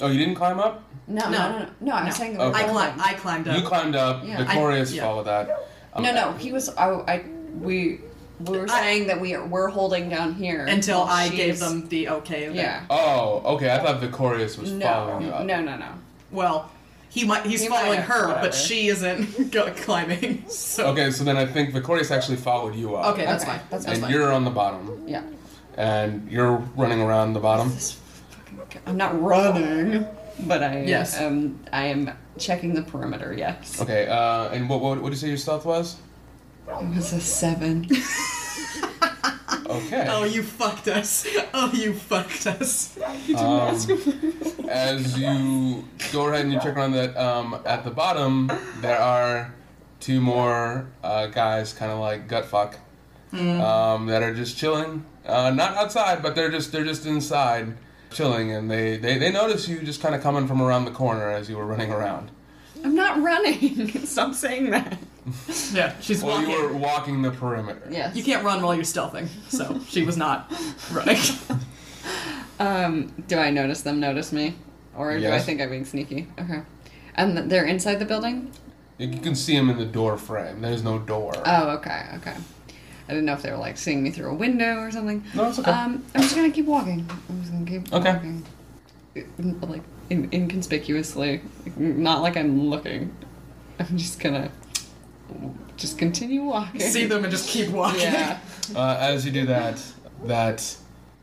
[SPEAKER 3] Oh, you didn't climb up?
[SPEAKER 10] No, no,
[SPEAKER 11] No.
[SPEAKER 10] no, no. no I'm
[SPEAKER 11] No.
[SPEAKER 10] saying the
[SPEAKER 3] Okay.
[SPEAKER 11] I
[SPEAKER 10] building.
[SPEAKER 11] climbed. I climbed up.
[SPEAKER 3] You climbed up.
[SPEAKER 10] Yeah.
[SPEAKER 3] Victorious
[SPEAKER 11] I- yeah.
[SPEAKER 3] followed that. Um,
[SPEAKER 10] No, no, he was. I, I we we were
[SPEAKER 11] I-
[SPEAKER 10] saying that we are, we're holding down here
[SPEAKER 11] until I
[SPEAKER 10] she's-
[SPEAKER 11] gave them the okay. that-
[SPEAKER 10] Oh, Yeah.
[SPEAKER 3] Oh, okay. I thought Victorious was
[SPEAKER 10] No,
[SPEAKER 3] following you
[SPEAKER 10] no,
[SPEAKER 3] up.
[SPEAKER 10] no, no.
[SPEAKER 11] Well, he might. He's
[SPEAKER 10] He might
[SPEAKER 11] following
[SPEAKER 10] have,
[SPEAKER 11] her,
[SPEAKER 10] whatever.
[SPEAKER 11] but she isn't go- climbing. So
[SPEAKER 3] Okay, so then I think Victorious actually followed you up.
[SPEAKER 11] Okay, that's
[SPEAKER 10] Okay,
[SPEAKER 11] fine.
[SPEAKER 10] that's
[SPEAKER 3] And
[SPEAKER 10] fine.
[SPEAKER 3] you're on the bottom,
[SPEAKER 10] Yeah.
[SPEAKER 3] and you're running around the bottom.
[SPEAKER 10] This fucking guy- I'm not running, but I
[SPEAKER 11] Yes.
[SPEAKER 10] um I am checking the perimeter. Yes.
[SPEAKER 3] Okay, uh, and what what what did you say your stealth was?
[SPEAKER 10] It was a seven.
[SPEAKER 3] Okay.
[SPEAKER 11] Oh, you fucked us. Oh, you fucked us.
[SPEAKER 3] Um, as you go ahead and you check around that um, at the bottom there are two more uh, guys kind of like gut fuck um, that are just chilling uh, not outside but they're just they're just inside chilling and they they, they notice you just kind of coming from around the corner as you were running around
[SPEAKER 10] I'm not running. Stop saying that.
[SPEAKER 11] Yeah, she's
[SPEAKER 3] well
[SPEAKER 11] walking.
[SPEAKER 3] you were walking the perimeter
[SPEAKER 10] Yes.
[SPEAKER 11] You can't run while you're stealthing, so she was not running.
[SPEAKER 10] Um, do I notice them notice me, or do I
[SPEAKER 3] Yes.
[SPEAKER 10] think I'm being sneaky? Okay. And th- they're inside the building.
[SPEAKER 3] you you can see them in the door frame there's no door
[SPEAKER 10] Oh, okay, okay. I didn't know if they were like seeing me through a window or something.
[SPEAKER 3] No, it's okay.
[SPEAKER 10] Um, I'm just gonna keep walking. I'm just gonna keep
[SPEAKER 3] Okay.
[SPEAKER 10] walking. In- Like in- inconspicuously, Like, not like I'm looking. I'm just gonna just continue walking.
[SPEAKER 11] See them and just keep walking.
[SPEAKER 10] Yeah.
[SPEAKER 3] Uh, as you do that, that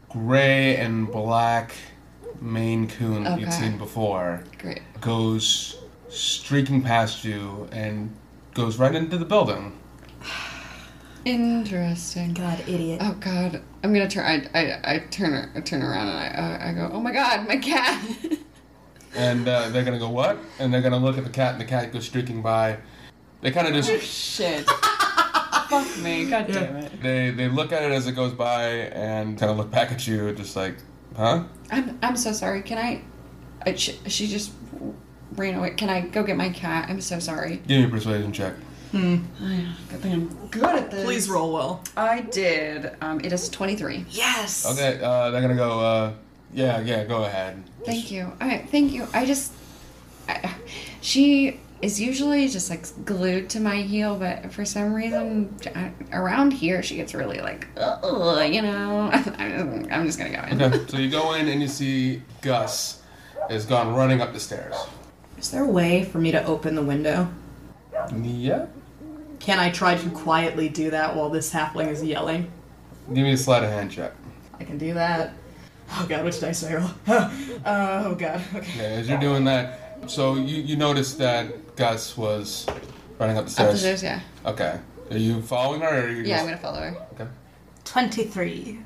[SPEAKER 3] gray and black Maine Coon that you'd
[SPEAKER 10] Okay.
[SPEAKER 3] seen before
[SPEAKER 10] Great.
[SPEAKER 3] goes streaking past you and goes right into the building.
[SPEAKER 10] Interesting.
[SPEAKER 11] God, idiot.
[SPEAKER 10] Oh God, I'm gonna turn. I I, I turn ar- I turn around and I I I go. Oh my God, my cat.
[SPEAKER 3] And uh, they're gonna go, what? And they're gonna look at the cat, and the cat goes streaking by. They kind of just
[SPEAKER 10] Shit. Fuck me. God damn it.
[SPEAKER 3] they they look at it as it goes by and kind of look back at you, just like, huh?
[SPEAKER 10] I'm I'm so sorry. Can I? I she, she just ran away. Can I go get my cat? I'm so sorry.
[SPEAKER 3] Give me a persuasion check.
[SPEAKER 10] I don't think I'm Oh, good at this.
[SPEAKER 11] Please roll well.
[SPEAKER 10] I did. Um, it is 23.
[SPEAKER 11] Yes.
[SPEAKER 3] Okay, uh, they're gonna go. Uh, yeah, yeah, go ahead.
[SPEAKER 10] Thank you. I thank you. I just I, she is usually just like glued to my heel, but for some reason I, around here she gets really like, "Ugh," you know. I'm, I'm just gonna go in.
[SPEAKER 3] Okay, so you go in and you see Gus has gone running up the stairs.
[SPEAKER 11] Is there a way for me to open the window?
[SPEAKER 3] Yeah.
[SPEAKER 11] Can I try to quietly do that while this halfling is yelling?
[SPEAKER 3] Give me a sleight of hand check.
[SPEAKER 11] I can do that. Oh god, which dice do I roll? oh god. Okay.
[SPEAKER 3] Okay, as you're doing that, so you, you notice that Gus was running up the
[SPEAKER 10] Up the
[SPEAKER 3] stairs.
[SPEAKER 10] stairs, yeah.
[SPEAKER 3] Okay. Are you following her? Or are you
[SPEAKER 10] Yeah, I'm
[SPEAKER 3] just-
[SPEAKER 10] gonna follow her.
[SPEAKER 3] Okay.
[SPEAKER 11] 23.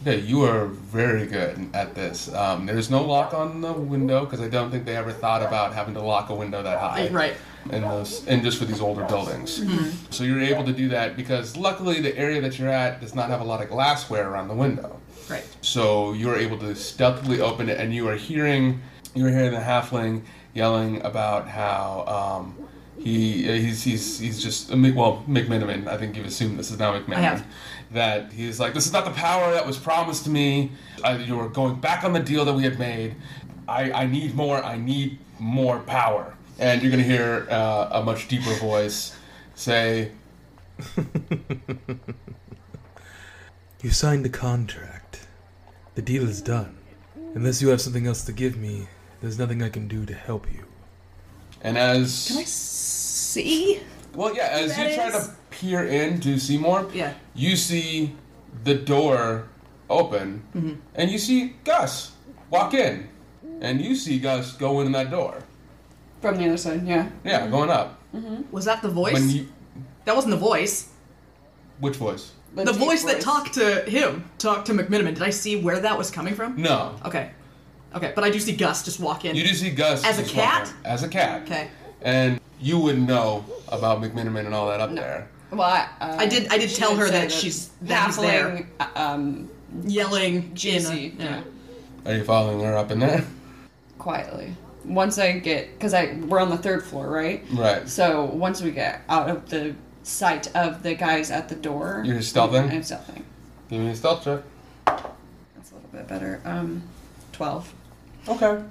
[SPEAKER 3] Okay, you are very good at this. Um, there's no lock on the window because I don't think they ever thought about having to lock a window that high.
[SPEAKER 11] Right.
[SPEAKER 3] And those, and just for these older buildings.
[SPEAKER 10] Mm-hmm.
[SPEAKER 3] So you're able to do that because luckily the area that you're at does not have a lot of glassware around the window.
[SPEAKER 11] Right.
[SPEAKER 3] So you are able to stealthily open it, and you are hearing you are hearing the halfling yelling about how um, he he's he's he's just well McMiniman. I think you've assumed this is now McMiniman.
[SPEAKER 11] have.
[SPEAKER 3] That he's like, this is not the power that was promised to me. I, you are going back on the deal that we had made. I, I need more. I need more power. And you're gonna hear uh, a much deeper voice say,
[SPEAKER 12] You signed a contract. The deal is done. Unless you have something else to give me, there's nothing I can do to help you.
[SPEAKER 3] and as
[SPEAKER 11] See?
[SPEAKER 3] Well, yeah, as
[SPEAKER 11] That
[SPEAKER 3] you try to
[SPEAKER 11] is-
[SPEAKER 3] peer into Seymour,
[SPEAKER 11] Yeah.
[SPEAKER 3] you see the door open,
[SPEAKER 11] Mm-hmm.
[SPEAKER 3] and you see Gus walk in, and you see Gus go in that door.
[SPEAKER 10] From the other side, yeah.
[SPEAKER 3] Yeah, going up.
[SPEAKER 11] Was that the Mm-hmm. voice?
[SPEAKER 3] When you,
[SPEAKER 11] that wasn't the voice.
[SPEAKER 3] which voice?
[SPEAKER 11] The,
[SPEAKER 10] deep
[SPEAKER 11] voice, that talked to him, talked to McMiniman. Did I see where that was coming from?
[SPEAKER 3] No,
[SPEAKER 11] Okay. Okay, but I do see Gus just walk in.
[SPEAKER 3] you do see Gus
[SPEAKER 11] As a
[SPEAKER 3] just walk
[SPEAKER 11] cat?
[SPEAKER 3] in, As a cat.
[SPEAKER 11] Okay.
[SPEAKER 3] And you wouldn't know about McMiniman and all that up there.
[SPEAKER 10] Well, I, uh,
[SPEAKER 11] I did- I did
[SPEAKER 10] she
[SPEAKER 11] tell her
[SPEAKER 10] say
[SPEAKER 11] that she's- that he's
[SPEAKER 10] baffling. uh, Um,
[SPEAKER 11] Yelling,
[SPEAKER 10] juicy.
[SPEAKER 11] Gina.
[SPEAKER 10] Yeah.
[SPEAKER 3] Are you following her up in there?
[SPEAKER 10] quietly. Once I get, because I we're on the third floor, right?
[SPEAKER 3] Right.
[SPEAKER 10] So once we get out of the sight of the guys at the door,
[SPEAKER 3] You're stealthing?
[SPEAKER 10] I'm stealthing.
[SPEAKER 3] Give me a stealth check.
[SPEAKER 10] That's a little bit better. Um, twelve.
[SPEAKER 3] Okay.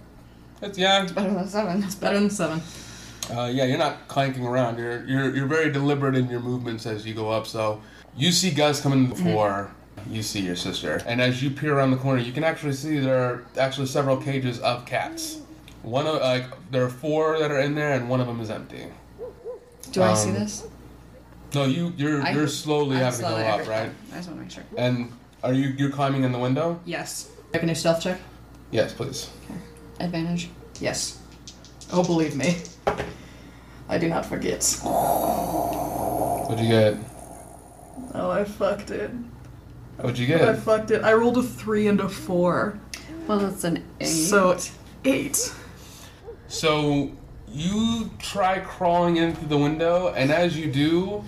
[SPEAKER 3] That's, yeah,
[SPEAKER 10] Better than seven. That's
[SPEAKER 11] Better
[SPEAKER 10] better.
[SPEAKER 11] than seven.
[SPEAKER 3] Uh, yeah, you're not clanking around. You're, you're you're very deliberate in your movements as you go up. So you see Gus coming to the floor.
[SPEAKER 10] Mm-hmm.
[SPEAKER 3] You see your sister, and as you peer around the corner, you can actually see there are actually several cages of cats. One of like there are four that are in there, and one of them is empty.
[SPEAKER 10] Do I see
[SPEAKER 3] Um,
[SPEAKER 10] this?
[SPEAKER 3] No, you you're
[SPEAKER 10] I-
[SPEAKER 3] you're slowly
[SPEAKER 10] I'm
[SPEAKER 3] having to
[SPEAKER 10] slowly
[SPEAKER 3] go up,
[SPEAKER 10] every-
[SPEAKER 3] right?
[SPEAKER 10] I just want to make sure.
[SPEAKER 3] And are you you're climbing in the window?
[SPEAKER 11] Yes. I can do stealth check?
[SPEAKER 3] Yes, please.
[SPEAKER 10] Advantage.
[SPEAKER 11] Yes. Oh, believe me. I do not forget.
[SPEAKER 3] What'd you get?
[SPEAKER 11] Oh, I fucked it.
[SPEAKER 3] What'd you
[SPEAKER 11] I
[SPEAKER 3] get?
[SPEAKER 11] fucked it. I rolled a three and a four.
[SPEAKER 10] Well, that's an eight.
[SPEAKER 11] So, eight.
[SPEAKER 3] So you try crawling in through the window, and as you do,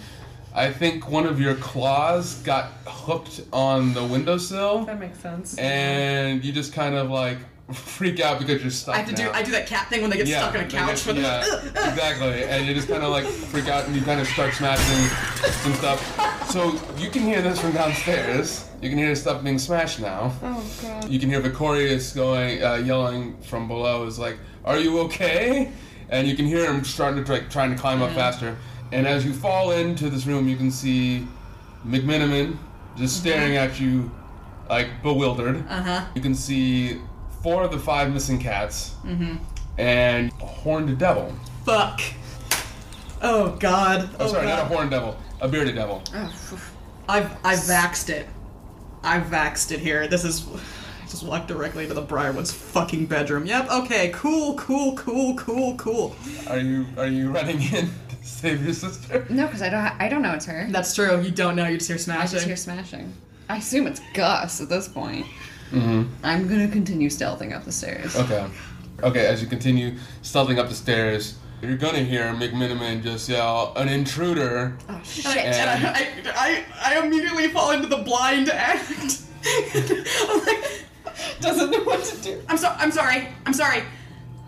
[SPEAKER 3] I think one of your claws got hooked on the windowsill,
[SPEAKER 10] that makes sense.
[SPEAKER 3] and you just kind of like freak out because you're stuck.
[SPEAKER 11] I have to do
[SPEAKER 3] now.
[SPEAKER 11] I do that cat thing when they get
[SPEAKER 3] yeah,
[SPEAKER 11] stuck on a
[SPEAKER 3] like
[SPEAKER 11] couch
[SPEAKER 3] it's-
[SPEAKER 11] for the
[SPEAKER 3] yeah, exactly. And you just kind of like freak out, and you kind of start smashing some stuff. So you can hear this from downstairs. You can hear stuff being smashed now.
[SPEAKER 10] oh god.
[SPEAKER 3] You can hear Victorious going, uh, yelling from below, is like, "Are you okay?" And you can hear him starting to like trying to climb up
[SPEAKER 10] Mm-hmm.
[SPEAKER 3] faster. And as you fall into this room, you can see McMiniman just
[SPEAKER 10] Mm-hmm.
[SPEAKER 3] staring at you, like bewildered.
[SPEAKER 11] Uh
[SPEAKER 10] Uh-huh.
[SPEAKER 11] huh.
[SPEAKER 3] You can see four of the five missing cats, and a horned devil.
[SPEAKER 11] Fuck. Oh god.
[SPEAKER 3] Oh,
[SPEAKER 11] oh
[SPEAKER 3] sorry,
[SPEAKER 11] god.
[SPEAKER 3] not a horned devil, a bearded devil.
[SPEAKER 11] I've I've vaxxed it. I've vaxxed it here. This is I just walked directly into the Briarwood's fucking bedroom. Yep, okay, cool, cool, cool, cool, cool.
[SPEAKER 3] Are you are you running in to save your sister?
[SPEAKER 10] No, because I don't. Ha- I don't know it's her.
[SPEAKER 11] That's true, you don't know, you just hear
[SPEAKER 10] I just
[SPEAKER 11] smashing.
[SPEAKER 10] hear smashing. I assume it's Gus at this point. I'm gonna continue stealthing up the stairs.
[SPEAKER 3] Mm-hmm. Okay. Okay, as you continue stealthing up the stairs, you're gonna hear McMiniman just yell, an intruder.
[SPEAKER 10] Oh
[SPEAKER 11] And I,
[SPEAKER 10] shit!
[SPEAKER 11] and I, I, I, I immediately fall into the blind act. I'm like,
[SPEAKER 10] Doesn't know what to do.
[SPEAKER 11] I'm so, I'm sorry, I'm sorry.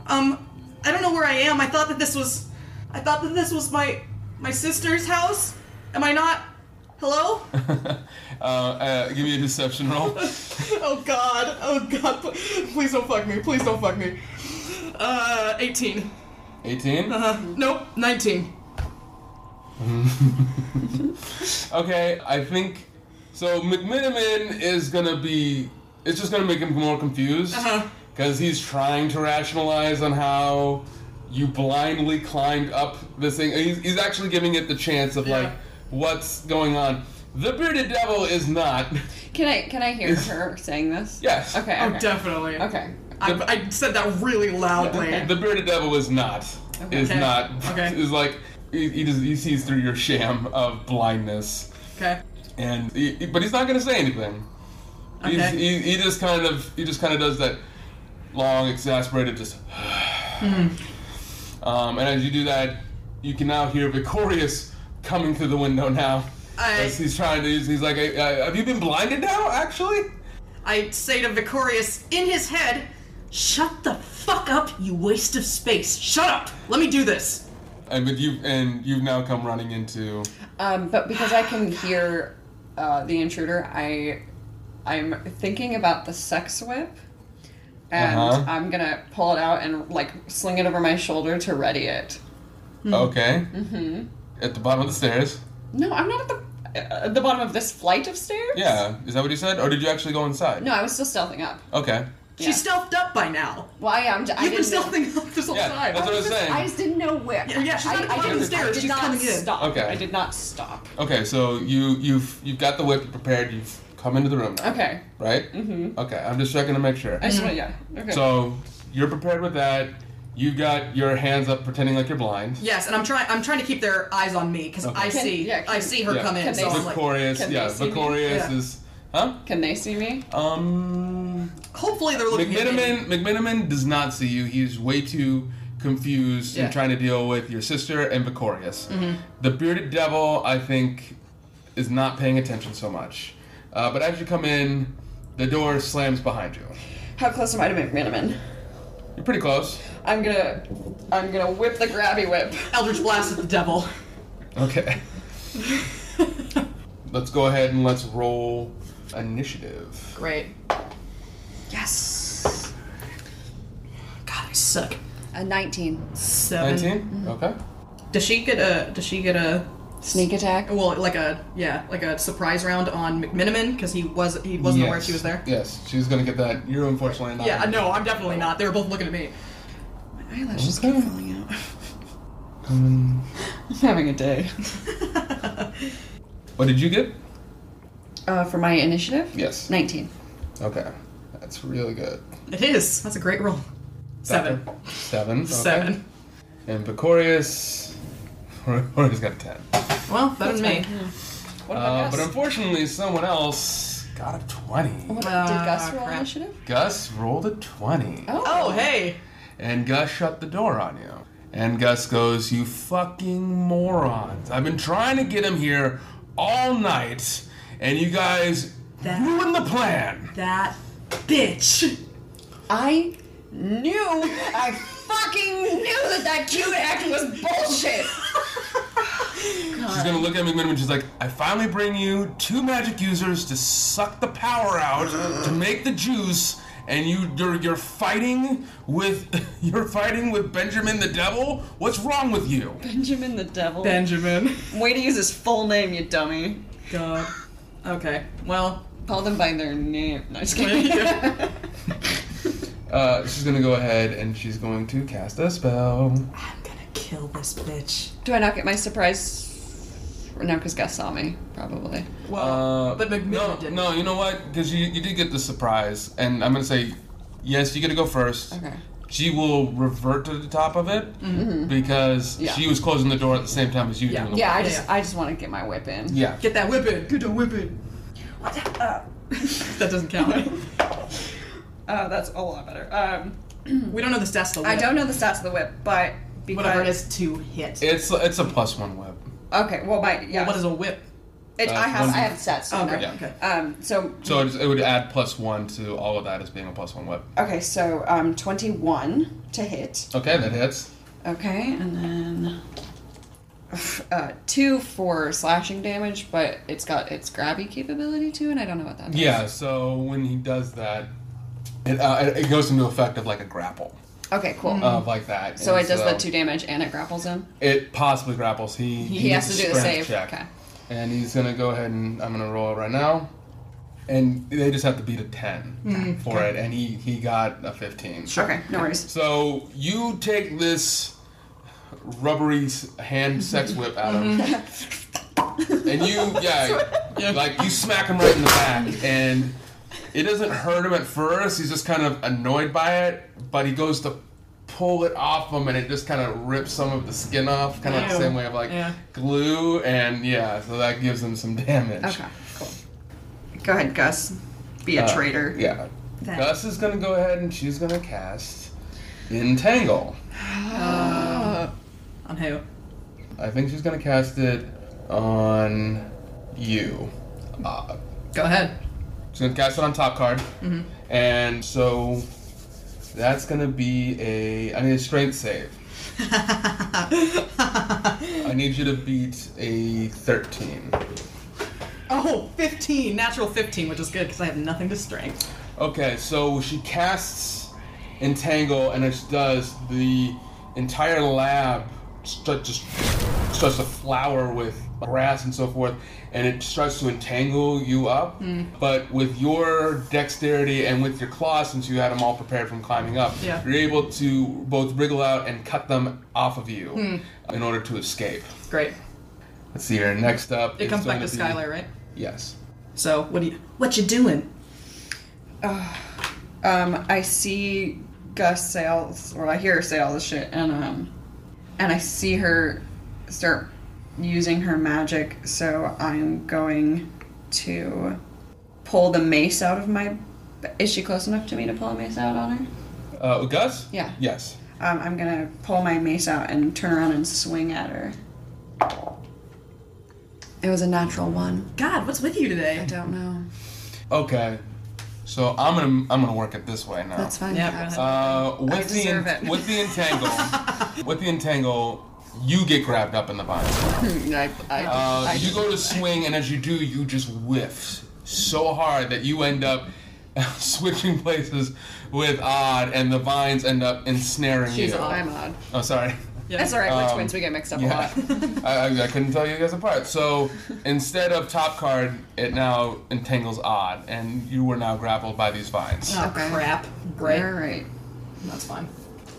[SPEAKER 11] Um, I don't know where I am. I thought that this was, I thought that this was my, my sister's house. Am I not? Hello?
[SPEAKER 3] uh, uh, give me a deception roll.
[SPEAKER 11] oh god, oh god, pl- please don't fuck me, please don't fuck me. Uh, 18.
[SPEAKER 3] 18?
[SPEAKER 11] Uh, nope, 19.
[SPEAKER 3] Okay, I think. So McMiniman is gonna be. It's just gonna make him more confused.
[SPEAKER 11] Uh-huh.
[SPEAKER 3] Because he's trying to rationalize on how you blindly climbed up this thing. He's, he's actually giving it the chance of,
[SPEAKER 11] Yeah.
[SPEAKER 3] like, what's going on. The bearded devil is not.
[SPEAKER 10] Can I? Can I hear her saying this?
[SPEAKER 3] Yes.
[SPEAKER 10] Okay.
[SPEAKER 11] Oh,
[SPEAKER 10] okay.
[SPEAKER 11] definitely.
[SPEAKER 10] Okay.
[SPEAKER 11] I, I said that really loudly.
[SPEAKER 10] Okay.
[SPEAKER 3] The bearded devil is not. Is
[SPEAKER 11] Okay.
[SPEAKER 3] not.
[SPEAKER 11] Okay.
[SPEAKER 3] Is like he, he just he sees through your sham of blindness,
[SPEAKER 11] Okay.
[SPEAKER 3] and he, he- but he's not gonna say anything. He's,
[SPEAKER 11] Okay.
[SPEAKER 3] he, he just kind of he just kind of does that long exasperated just.
[SPEAKER 11] Hmm.
[SPEAKER 3] um, and as you do that, you can now hear Victorious coming through the window now.
[SPEAKER 11] I-
[SPEAKER 3] As he's trying to he's, he's like, "I- I- have you been blinded now? Actually.
[SPEAKER 11] I say to Victorious in his head, Shut the fuck up, you waste of space. Shut up! Let me do this.
[SPEAKER 3] And but you and you've now come running into.
[SPEAKER 10] Um, but because I can hear uh, the intruder, I I'm thinking about the sex whip, and
[SPEAKER 3] Uh-huh.
[SPEAKER 10] I'm gonna pull it out and like sling it over my shoulder to ready it.
[SPEAKER 11] Hmm.
[SPEAKER 3] Okay. Mm-hmm. At the bottom of the stairs.
[SPEAKER 10] No, I'm not at the uh, at the bottom of this flight of stairs.
[SPEAKER 3] Yeah, is that what you said? Or did you actually go inside?
[SPEAKER 10] No, I was still stealthing up.
[SPEAKER 3] Okay.
[SPEAKER 11] She's stealthed up by now.
[SPEAKER 10] Well, yeah, I'm just,
[SPEAKER 11] You've been stealthing up this whole
[SPEAKER 10] Yeah,
[SPEAKER 11] time.
[SPEAKER 10] that's what I was I just didn't know where.
[SPEAKER 11] Yeah, yeah, she's
[SPEAKER 10] I,
[SPEAKER 11] not
[SPEAKER 10] I
[SPEAKER 11] climbing
[SPEAKER 10] didn't-
[SPEAKER 11] the stairs,
[SPEAKER 10] I did
[SPEAKER 11] she's
[SPEAKER 10] not
[SPEAKER 11] coming in.
[SPEAKER 10] Stop.
[SPEAKER 3] Okay.
[SPEAKER 10] I did not stop.
[SPEAKER 3] Okay, so you you've you've got the whip you prepared. You've come into the room. Now,
[SPEAKER 10] Okay.
[SPEAKER 3] Right.
[SPEAKER 10] Mhm.
[SPEAKER 3] Okay, I'm just checking to make sure.
[SPEAKER 10] I just want yeah. Okay.
[SPEAKER 3] So you're prepared with that. You've got your hands up, pretending like you're blind.
[SPEAKER 11] Yes, and I'm trying. I'm trying to keep their eyes on me because
[SPEAKER 3] Okay.
[SPEAKER 11] I
[SPEAKER 3] Can-
[SPEAKER 11] see.
[SPEAKER 10] yeah,
[SPEAKER 11] I see her
[SPEAKER 3] Yeah.
[SPEAKER 11] come in. so I'm like,
[SPEAKER 3] Victorious,
[SPEAKER 10] can they
[SPEAKER 3] yeah,
[SPEAKER 10] see me?
[SPEAKER 3] Victorious
[SPEAKER 10] Yeah.
[SPEAKER 3] is, huh?
[SPEAKER 10] Can they see me?
[SPEAKER 3] Um,
[SPEAKER 11] hopefully they're looking at me.
[SPEAKER 3] McMiniman McMiniman does not see you. He's way too confused
[SPEAKER 11] Yeah.
[SPEAKER 3] and trying to deal with your sister and Victorious.
[SPEAKER 11] Mhm.
[SPEAKER 3] The bearded devil, I think, is not paying attention so much. Uh, but as you come in, the door slams behind you.
[SPEAKER 10] How close am I to McMiniman?
[SPEAKER 3] You're pretty close.
[SPEAKER 10] I'm gonna, I'm gonna whip the grabby whip.
[SPEAKER 11] Eldritch blast at the devil.
[SPEAKER 3] Okay. let's go ahead and let's roll initiative.
[SPEAKER 11] Great. Yes. God, I suck.
[SPEAKER 10] A 19.
[SPEAKER 11] 7
[SPEAKER 3] 19? Okay.
[SPEAKER 11] Does she get a? Does she get a?
[SPEAKER 10] Sneak attack.
[SPEAKER 11] Well, like a yeah, like a surprise round on McMiniman because he was he wasn't aware
[SPEAKER 3] Yes.
[SPEAKER 11] she was there.
[SPEAKER 3] Yes, she's gonna get that. You're unfortunately not.
[SPEAKER 11] Yeah, I know. I'm definitely not. They were both looking at me.
[SPEAKER 10] My eyelashes keep falling out. I'm having a day.
[SPEAKER 3] What did you get?
[SPEAKER 10] Uh, for my initiative?
[SPEAKER 3] Yes.
[SPEAKER 10] 19.
[SPEAKER 3] Okay. That's really good.
[SPEAKER 11] It is. That's a great roll. Seven.
[SPEAKER 3] Seven. okay.
[SPEAKER 11] Seven.
[SPEAKER 3] And Victorious. Victorious got a ten.
[SPEAKER 11] Well, that is me. Oh
[SPEAKER 10] What about
[SPEAKER 3] Uh,
[SPEAKER 10] Gus?
[SPEAKER 3] but unfortunately, someone else got a twenty.
[SPEAKER 10] Oh, What, did
[SPEAKER 11] Ah,
[SPEAKER 10] Gus roll
[SPEAKER 11] crap.
[SPEAKER 10] initiative?
[SPEAKER 3] Gus rolled a twenty.
[SPEAKER 10] Oh.
[SPEAKER 11] Oh hey.
[SPEAKER 3] And Gus shut the door on you. And Gus goes, You fucking morons. I've been trying to get him here all night, and you guys
[SPEAKER 11] That-
[SPEAKER 3] ruined the plan.
[SPEAKER 11] That bitch.
[SPEAKER 10] I knew, I fucking knew that that cute act was bullshit.
[SPEAKER 3] She's gonna look at me and she's like, I finally bring you two magic users to suck the power out to make the juice, and you you're, you're fighting with you're fighting with Benjamin the Devil. What's wrong with you?
[SPEAKER 10] Benjamin the Devil.
[SPEAKER 11] Benjamin.
[SPEAKER 10] Way to use his full name, you dummy.
[SPEAKER 11] God. Okay. Well.
[SPEAKER 10] Call them by their name. No, just kidding.
[SPEAKER 3] Uh, she's gonna go ahead and she's going to cast a spell.
[SPEAKER 11] I'm gonna kill this bitch.
[SPEAKER 10] Do I not get my surprise? No, because Gus saw me, probably.
[SPEAKER 11] Well,
[SPEAKER 3] Uh,
[SPEAKER 11] but McMillan
[SPEAKER 3] no,
[SPEAKER 11] didn't.
[SPEAKER 3] no, you know what? Because you, you did get the surprise, and I'm gonna say, yes, you get to go first.
[SPEAKER 10] Okay. Mm-hmm.
[SPEAKER 3] She will revert to the top of it because
[SPEAKER 10] Yeah.
[SPEAKER 3] she was closing the door at the same time as you.
[SPEAKER 11] Yeah.
[SPEAKER 3] doing the
[SPEAKER 10] Yeah, I
[SPEAKER 11] Yeah,
[SPEAKER 10] just
[SPEAKER 11] yeah.
[SPEAKER 10] I just want to get my whip in. Uh,
[SPEAKER 3] Yeah.
[SPEAKER 11] Get that whipping. Get that whipping. that doesn't count.
[SPEAKER 10] Oh, that's a lot better. Um,
[SPEAKER 11] we don't know the stats. of the
[SPEAKER 10] I
[SPEAKER 11] whip.
[SPEAKER 10] don't know the stats of the whip, but because
[SPEAKER 11] Whatever it is to hit.
[SPEAKER 3] It's it's a plus one whip.
[SPEAKER 10] Okay, well my yeah,
[SPEAKER 11] What is a whip?
[SPEAKER 10] it,
[SPEAKER 3] uh,
[SPEAKER 10] I have
[SPEAKER 3] one-
[SPEAKER 10] I have stats.
[SPEAKER 11] Oh,
[SPEAKER 10] don't
[SPEAKER 11] great.
[SPEAKER 10] I?
[SPEAKER 11] Okay.
[SPEAKER 10] Um, so
[SPEAKER 3] So it's, it would add plus one to all of that as being a plus one whip.
[SPEAKER 10] okay, so um, twenty one to hit.
[SPEAKER 3] Okay, that hits.
[SPEAKER 10] Okay, and then uh, two for slashing damage, but it's got its grabby capability too, and I don't know what that does.
[SPEAKER 3] Yeah. So when he does that, it uh, it, it goes into effect of like a grapple
[SPEAKER 10] Okay, cool.
[SPEAKER 3] of like that.
[SPEAKER 10] so
[SPEAKER 3] and
[SPEAKER 10] it does the two damage and it grapples him.
[SPEAKER 3] It possibly grapples. He
[SPEAKER 10] He,
[SPEAKER 3] needs
[SPEAKER 10] has to
[SPEAKER 3] a
[SPEAKER 10] do the
[SPEAKER 3] strength
[SPEAKER 10] save.
[SPEAKER 3] check.
[SPEAKER 10] Okay.
[SPEAKER 3] And he's gonna go ahead and I'm gonna roll it right now. And they just have to beat a 10
[SPEAKER 10] Mm-hmm.
[SPEAKER 3] for it, and he, he got a 15.
[SPEAKER 10] Okay, no worries.
[SPEAKER 3] So you take this rubbery s- hand sex whip out of him, and you, yeah, like you smack him right in the back, and it doesn't hurt him at first. He's just kind of annoyed by it, but he goes to pull it off him, and it just kind of rips some of the skin off, kind of like the
[SPEAKER 11] Ew.
[SPEAKER 3] same way of like
[SPEAKER 11] Yeah.
[SPEAKER 3] glue, and yeah, so that gives him some damage.
[SPEAKER 10] Okay, cool. Go ahead, Gus. Be a
[SPEAKER 3] Uh,
[SPEAKER 10] traitor.
[SPEAKER 3] Yeah.
[SPEAKER 10] That-
[SPEAKER 3] Gus is gonna go ahead and she's gonna cast Entangle.
[SPEAKER 11] On who?
[SPEAKER 3] I think she's gonna cast it on you. Uh,
[SPEAKER 11] Go ahead.
[SPEAKER 3] she's gonna cast it on top card, and so that's gonna be a. I need a strength save. I need you to beat a thirteen.
[SPEAKER 11] Oh, 15. Natural 15, which is good because I have nothing to strength.
[SPEAKER 3] Okay, so she casts entangle, and as she does, the entire lab start, just starts to flower with grass and so forth, and it starts to entangle you up.
[SPEAKER 11] Mm.
[SPEAKER 3] But with your dexterity and with your claws, since you had them all prepared from climbing up,
[SPEAKER 11] Yeah.
[SPEAKER 3] you're able to both wriggle out and cut them off of you
[SPEAKER 11] Hmm.
[SPEAKER 3] in order to escape.
[SPEAKER 11] Great.
[SPEAKER 3] Let's see here. Next up,
[SPEAKER 11] It
[SPEAKER 3] is
[SPEAKER 11] comes back to
[SPEAKER 3] going be-
[SPEAKER 11] Skylar, right?
[SPEAKER 3] Yes.
[SPEAKER 11] So what do you what you doing?
[SPEAKER 13] Um, I see Gus say all this, or I hear her say all this shit, and um, and I see her start using her magic. So I'm going to pull the mace out of my. Is she close enough to me to pull a mace out on her?
[SPEAKER 3] Uh, Gus?
[SPEAKER 13] Yeah.
[SPEAKER 3] Yes.
[SPEAKER 13] Um, I'm gonna pull my mace out and turn around and swing at her. It was a natural one.
[SPEAKER 11] God, what's with you today? I
[SPEAKER 13] don't know.
[SPEAKER 3] Okay. So I'm gonna I'm gonna work it this way now.
[SPEAKER 13] That's fine.
[SPEAKER 11] Yeah.
[SPEAKER 3] Uh,
[SPEAKER 13] I
[SPEAKER 3] with the
[SPEAKER 13] deserve
[SPEAKER 3] en-
[SPEAKER 13] it.
[SPEAKER 3] with the entangle, with the entangle, you get grabbed up in the vine.
[SPEAKER 13] I, I,
[SPEAKER 3] Uh,
[SPEAKER 13] I
[SPEAKER 3] you go to swing, and as you do, you just whiff so hard that you end up switching places with Odd, and the vines end up ensnaring
[SPEAKER 13] She's
[SPEAKER 3] you.
[SPEAKER 13] odd. I'm odd.
[SPEAKER 3] Oh, sorry.
[SPEAKER 13] That's alright. We're
[SPEAKER 3] Um,
[SPEAKER 13] twins. We get mixed up
[SPEAKER 3] yeah.
[SPEAKER 13] a lot.
[SPEAKER 3] I, I, I couldn't tell you guys apart. So instead of top card, it now entangles Odd, and you were now grappled by these vines.
[SPEAKER 11] Oh crap. Great.
[SPEAKER 13] All right.
[SPEAKER 11] That's fine.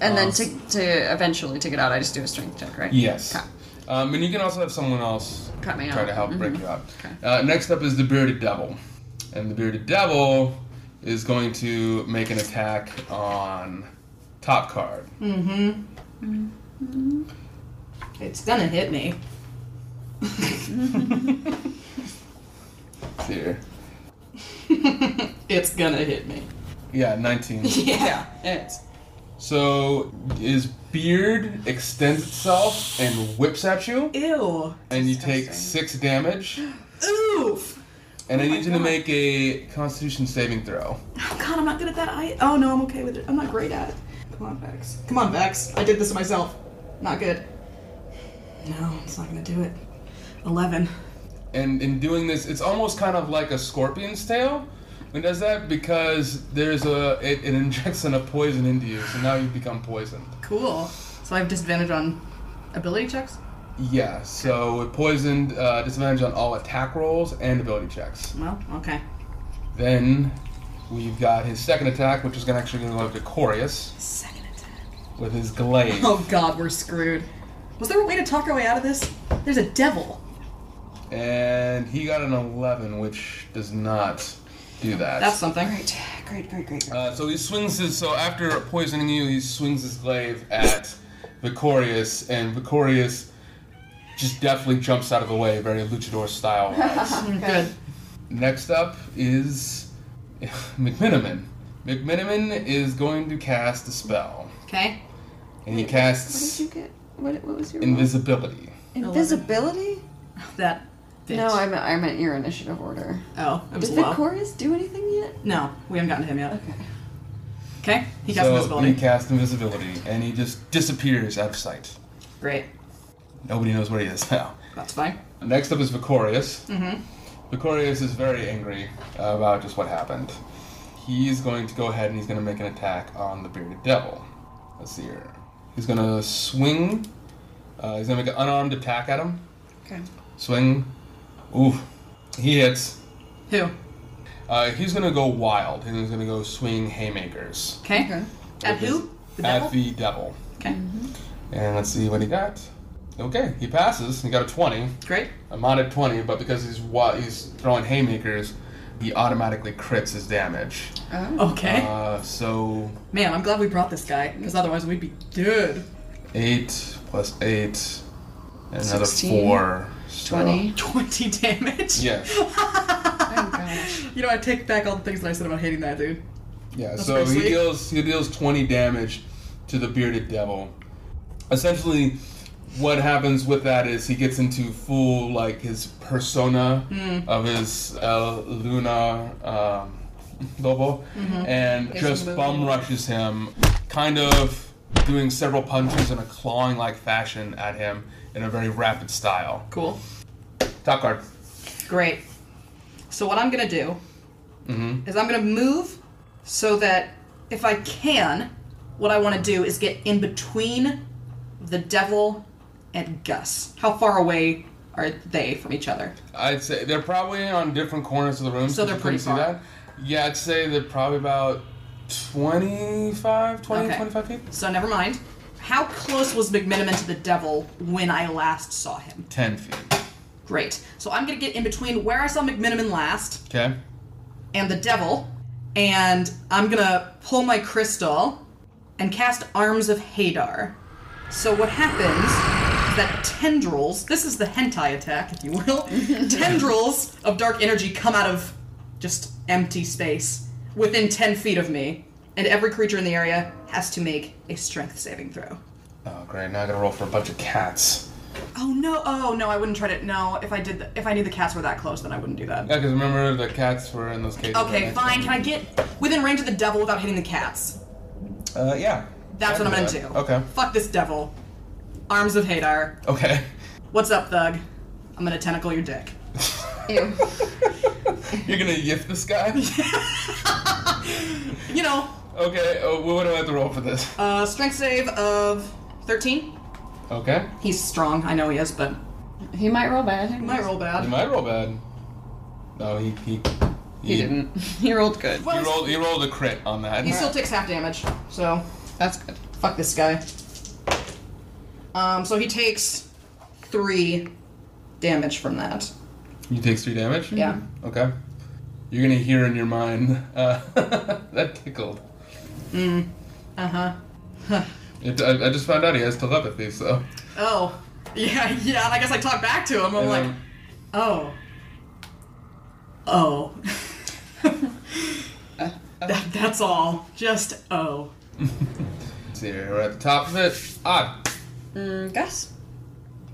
[SPEAKER 13] And
[SPEAKER 10] Um,
[SPEAKER 13] then to, to eventually to get out, I just do a strength check, right?
[SPEAKER 3] Yes. Um, and you can also have someone else
[SPEAKER 13] Cut me
[SPEAKER 3] try
[SPEAKER 13] out.
[SPEAKER 3] to help break
[SPEAKER 13] Mhm.
[SPEAKER 3] you out. Uh, next up is the bearded devil, and the bearded devil is going to make an attack on top card.
[SPEAKER 11] Mm-hmm. It's gonna hit me.
[SPEAKER 3] Let's see here.
[SPEAKER 11] It's gonna hit me.
[SPEAKER 3] Yeah, 19.
[SPEAKER 11] Yeah. It's
[SPEAKER 3] so his beard extends itself and whips at you,
[SPEAKER 11] ew.
[SPEAKER 3] and you take six damage.
[SPEAKER 11] Oof.
[SPEAKER 3] And I
[SPEAKER 11] Oh my
[SPEAKER 3] need you to
[SPEAKER 11] God.
[SPEAKER 3] make a Constitution saving throw.
[SPEAKER 11] Oh god, I'm not good at that. I oh no, I'm okay with it. I'm not great at it. Come on, Vex. Come on, Vex. I did this myself. Not good. No, it's not gonna do it. Eleven.
[SPEAKER 3] and in doing this, it's almost kind of like a scorpion's tail when it does that because there's a it, it injects in a poison into you, so now you become poisoned.
[SPEAKER 11] Cool. So I have disadvantage on ability checks?
[SPEAKER 3] Yeah, so with poisoned, uh, disadvantage on all attack rolls and ability checks.
[SPEAKER 11] Well, okay.
[SPEAKER 3] Then we've got his second attack, which is gonna actually gonna go to Corius.
[SPEAKER 11] Second
[SPEAKER 3] attack. With his glaive.
[SPEAKER 11] Oh god, we're screwed. Was there a way to talk our way out of this? There's a devil.
[SPEAKER 3] And he got an 11, which does not do that.
[SPEAKER 11] That's something.
[SPEAKER 13] Great, great, great, great.
[SPEAKER 3] Uh, so he swings his. So after poisoning you, he swings his glaive at Vicorius, and Vicorius just definitely jumps out of the way, very luchador style.
[SPEAKER 11] Good.
[SPEAKER 3] Next up is McMiniman. McMiniman is going to cast a spell,
[SPEAKER 11] Okay.
[SPEAKER 3] and he casts
[SPEAKER 13] What did you get? What, what was your roll?
[SPEAKER 3] invisibility.
[SPEAKER 13] invisibility?
[SPEAKER 11] That bitch.
[SPEAKER 13] No, I meant, I meant your initiative order.
[SPEAKER 11] Oh, it was
[SPEAKER 13] Did
[SPEAKER 11] low.
[SPEAKER 13] Victorious do anything yet?
[SPEAKER 11] No, we haven't gotten to him yet. Okay. Okay. He casts
[SPEAKER 3] so
[SPEAKER 11] invisibility.
[SPEAKER 3] He casts invisibility, and he just disappears out of sight.
[SPEAKER 11] Great.
[SPEAKER 3] Nobody knows where he is now.
[SPEAKER 11] That's fine.
[SPEAKER 3] Next up is Vicorius.
[SPEAKER 11] Mm-hmm.
[SPEAKER 3] Vicorius is very angry about just what happened. He's going to go ahead and he's going to make an attack on the bearded devil. Let's see here. He's going to swing. Uh, he's going to make an unarmed attack at him.
[SPEAKER 13] Okay.
[SPEAKER 3] Swing. Ooh. He hits.
[SPEAKER 11] Who?
[SPEAKER 3] Uh, he's going to go wild. and He's going to go swing haymakers
[SPEAKER 11] Okay. At who? The
[SPEAKER 3] at
[SPEAKER 11] devil?
[SPEAKER 3] the devil.
[SPEAKER 11] Okay.
[SPEAKER 3] And let's see what he got. Okay, he passes. He got a 20.
[SPEAKER 11] Great.
[SPEAKER 3] I'm on at 20, but because he's wa- he's throwing haymakers, he automatically crits his damage.
[SPEAKER 13] Oh.
[SPEAKER 11] Okay.
[SPEAKER 3] Uh, so
[SPEAKER 11] Man, I'm glad we brought this guy, because otherwise we'd be dead.
[SPEAKER 3] 8 plus 8, and another
[SPEAKER 11] 16,
[SPEAKER 3] 4. so-
[SPEAKER 13] 20.
[SPEAKER 11] 20 damage.
[SPEAKER 3] Yes.
[SPEAKER 13] Oh, gosh.
[SPEAKER 11] You know, I take back all the things that I said about hating that dude.
[SPEAKER 3] Yeah,
[SPEAKER 11] That's
[SPEAKER 3] so
[SPEAKER 11] pretty
[SPEAKER 3] he
[SPEAKER 11] sweet.
[SPEAKER 3] deals he deals 20 damage to the bearded devil. Essentially, what happens with that is he gets into full like his persona
[SPEAKER 11] Mm.
[SPEAKER 3] of his El Luna um, Lobo,
[SPEAKER 11] Mhm.
[SPEAKER 3] and
[SPEAKER 11] Gets
[SPEAKER 3] just
[SPEAKER 11] moving.
[SPEAKER 3] bum rushes him, kind of doing several punches in a clawing like fashion at him in a very rapid style.
[SPEAKER 11] Cool.
[SPEAKER 3] Top card.
[SPEAKER 11] Great. So what I'm gonna do
[SPEAKER 3] Mm-hmm.
[SPEAKER 11] is I'm gonna move so that if I can, what I want to do is get in between the devil and Gus. How far away are they from each other?
[SPEAKER 3] I'd say they're probably on different corners of the room.
[SPEAKER 11] So they're
[SPEAKER 3] you couldn't
[SPEAKER 11] pretty far.
[SPEAKER 3] Yeah, I'd say they're probably about 25, 20, 25 feet.
[SPEAKER 11] So never mind. How close was McMiniman to the devil when I last saw him?
[SPEAKER 3] 10 feet.
[SPEAKER 11] Great. So I'm gonna get in between where I saw McMiniman last
[SPEAKER 3] Okay.
[SPEAKER 11] and the devil, and I'm gonna pull my crystal and cast Arms of Hadar. So what happens is that tendrils, this is the hentai attack, if you will, tendrils of dark energy come out of just empty space within 10 feet of me, and every creature in the area has to make a strength saving throw.
[SPEAKER 3] Oh, great. Now I gotta roll for a bunch of cats.
[SPEAKER 11] Oh no! Oh no! I wouldn't try to. No, if I did, th- if I knew the cats were that close, then I wouldn't do that.
[SPEAKER 3] Yeah, because remember the cats were in those cages.
[SPEAKER 11] Okay,
[SPEAKER 3] right?
[SPEAKER 11] fine. Can I get within range of the devil without hitting the cats?
[SPEAKER 3] Uh, yeah.
[SPEAKER 11] That's what I'm gonna do.
[SPEAKER 3] Okay.
[SPEAKER 11] Fuck this devil. Arms of Hadar.
[SPEAKER 3] Okay.
[SPEAKER 11] What's up, thug? I'm gonna tentacle your dick.
[SPEAKER 10] Ew.
[SPEAKER 3] You're gonna yiff this guy?
[SPEAKER 11] you know.
[SPEAKER 3] Okay, uh, what do I have to roll for this?
[SPEAKER 11] Uh, strength save of 13.
[SPEAKER 3] Okay.
[SPEAKER 11] He's strong. I know he is, but
[SPEAKER 10] He might roll bad. He
[SPEAKER 11] might roll bad.
[SPEAKER 3] You might roll bad. No, he. He, he,
[SPEAKER 10] didn't. He rolled good.
[SPEAKER 3] He rolled, he rolled a crit on that.
[SPEAKER 11] he still takes half damage. So
[SPEAKER 10] That's good.
[SPEAKER 11] fuck this guy. Um, so he takes three damage from that.
[SPEAKER 3] He takes three damage?
[SPEAKER 11] Yeah.
[SPEAKER 3] Okay. You're gonna hear in your mind, uh, that tickled.
[SPEAKER 11] Mm. Uh huh.
[SPEAKER 3] It, I, I just found out he has telepathy, so.
[SPEAKER 11] Oh. Yeah, yeah. And I guess I talk back to him. I'm
[SPEAKER 3] And,
[SPEAKER 11] like,
[SPEAKER 3] um,
[SPEAKER 11] oh. Oh.
[SPEAKER 10] Uh,
[SPEAKER 11] That- that's all. Just oh.
[SPEAKER 3] let's see here, we're at the top of it. Ah!
[SPEAKER 10] Mm, Gus?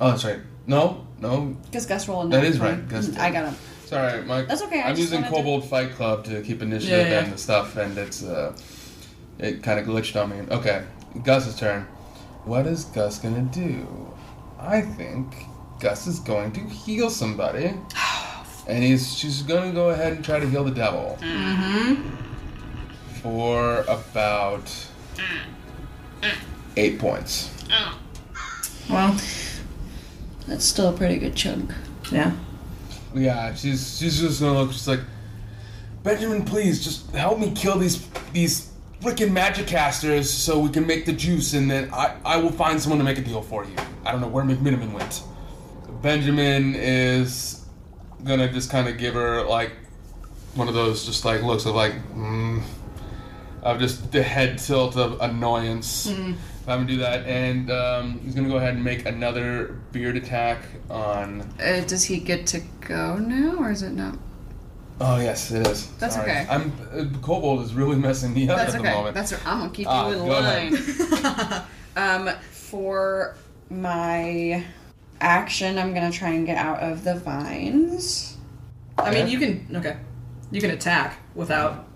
[SPEAKER 3] Oh, that's right. No, no.
[SPEAKER 10] Because Gus rolled a
[SPEAKER 3] That
[SPEAKER 10] nat
[SPEAKER 3] is
[SPEAKER 10] 20.
[SPEAKER 3] right, Gus
[SPEAKER 10] Mm, I got him.
[SPEAKER 3] Sorry, Mike.
[SPEAKER 10] That's okay, I
[SPEAKER 3] I'm
[SPEAKER 10] just
[SPEAKER 3] using
[SPEAKER 10] wanted to-
[SPEAKER 3] Kobold Fight Club to keep initiative
[SPEAKER 10] Yeah, yeah.
[SPEAKER 3] and the stuff, and it's, uh. It kind of glitched on me. Okay, Gus's turn. What is Gus gonna do? I think Gus is going to heal somebody. And he's she's gonna go ahead and try to heal the devil.
[SPEAKER 11] Mm-hmm.
[SPEAKER 3] for about
[SPEAKER 10] Mm.
[SPEAKER 3] eight points.
[SPEAKER 11] Well,
[SPEAKER 10] that's still a pretty good chunk.
[SPEAKER 11] Yeah.
[SPEAKER 3] Yeah, she's she's just gonna look. She's like, Benjamin, please just help me kill these these frickin' magic casters so we can make the juice, and then I I will find someone to make a deal for you. I don't know where McMiniman went. Benjamin is gonna just kind of give her like one of those just like looks of like mm, of just the head tilt of annoyance.
[SPEAKER 14] Mm.
[SPEAKER 3] I'm gonna do that, and um, he's gonna go ahead and make another beard attack on.
[SPEAKER 10] Uh, does he get to go now, or is it not?
[SPEAKER 3] Oh yes, it is.
[SPEAKER 10] That's
[SPEAKER 3] Sorry.
[SPEAKER 10] okay.
[SPEAKER 3] I'm uh, Kobold is really messing me up
[SPEAKER 10] That's
[SPEAKER 3] at
[SPEAKER 10] okay.
[SPEAKER 3] the moment.
[SPEAKER 10] That's I'm gonna keep
[SPEAKER 3] Ah,
[SPEAKER 10] you in
[SPEAKER 3] go ahead.
[SPEAKER 10] line. um, for my action, I'm gonna try and get out of the vines.
[SPEAKER 11] I mean, you can. Okay. You can attack without.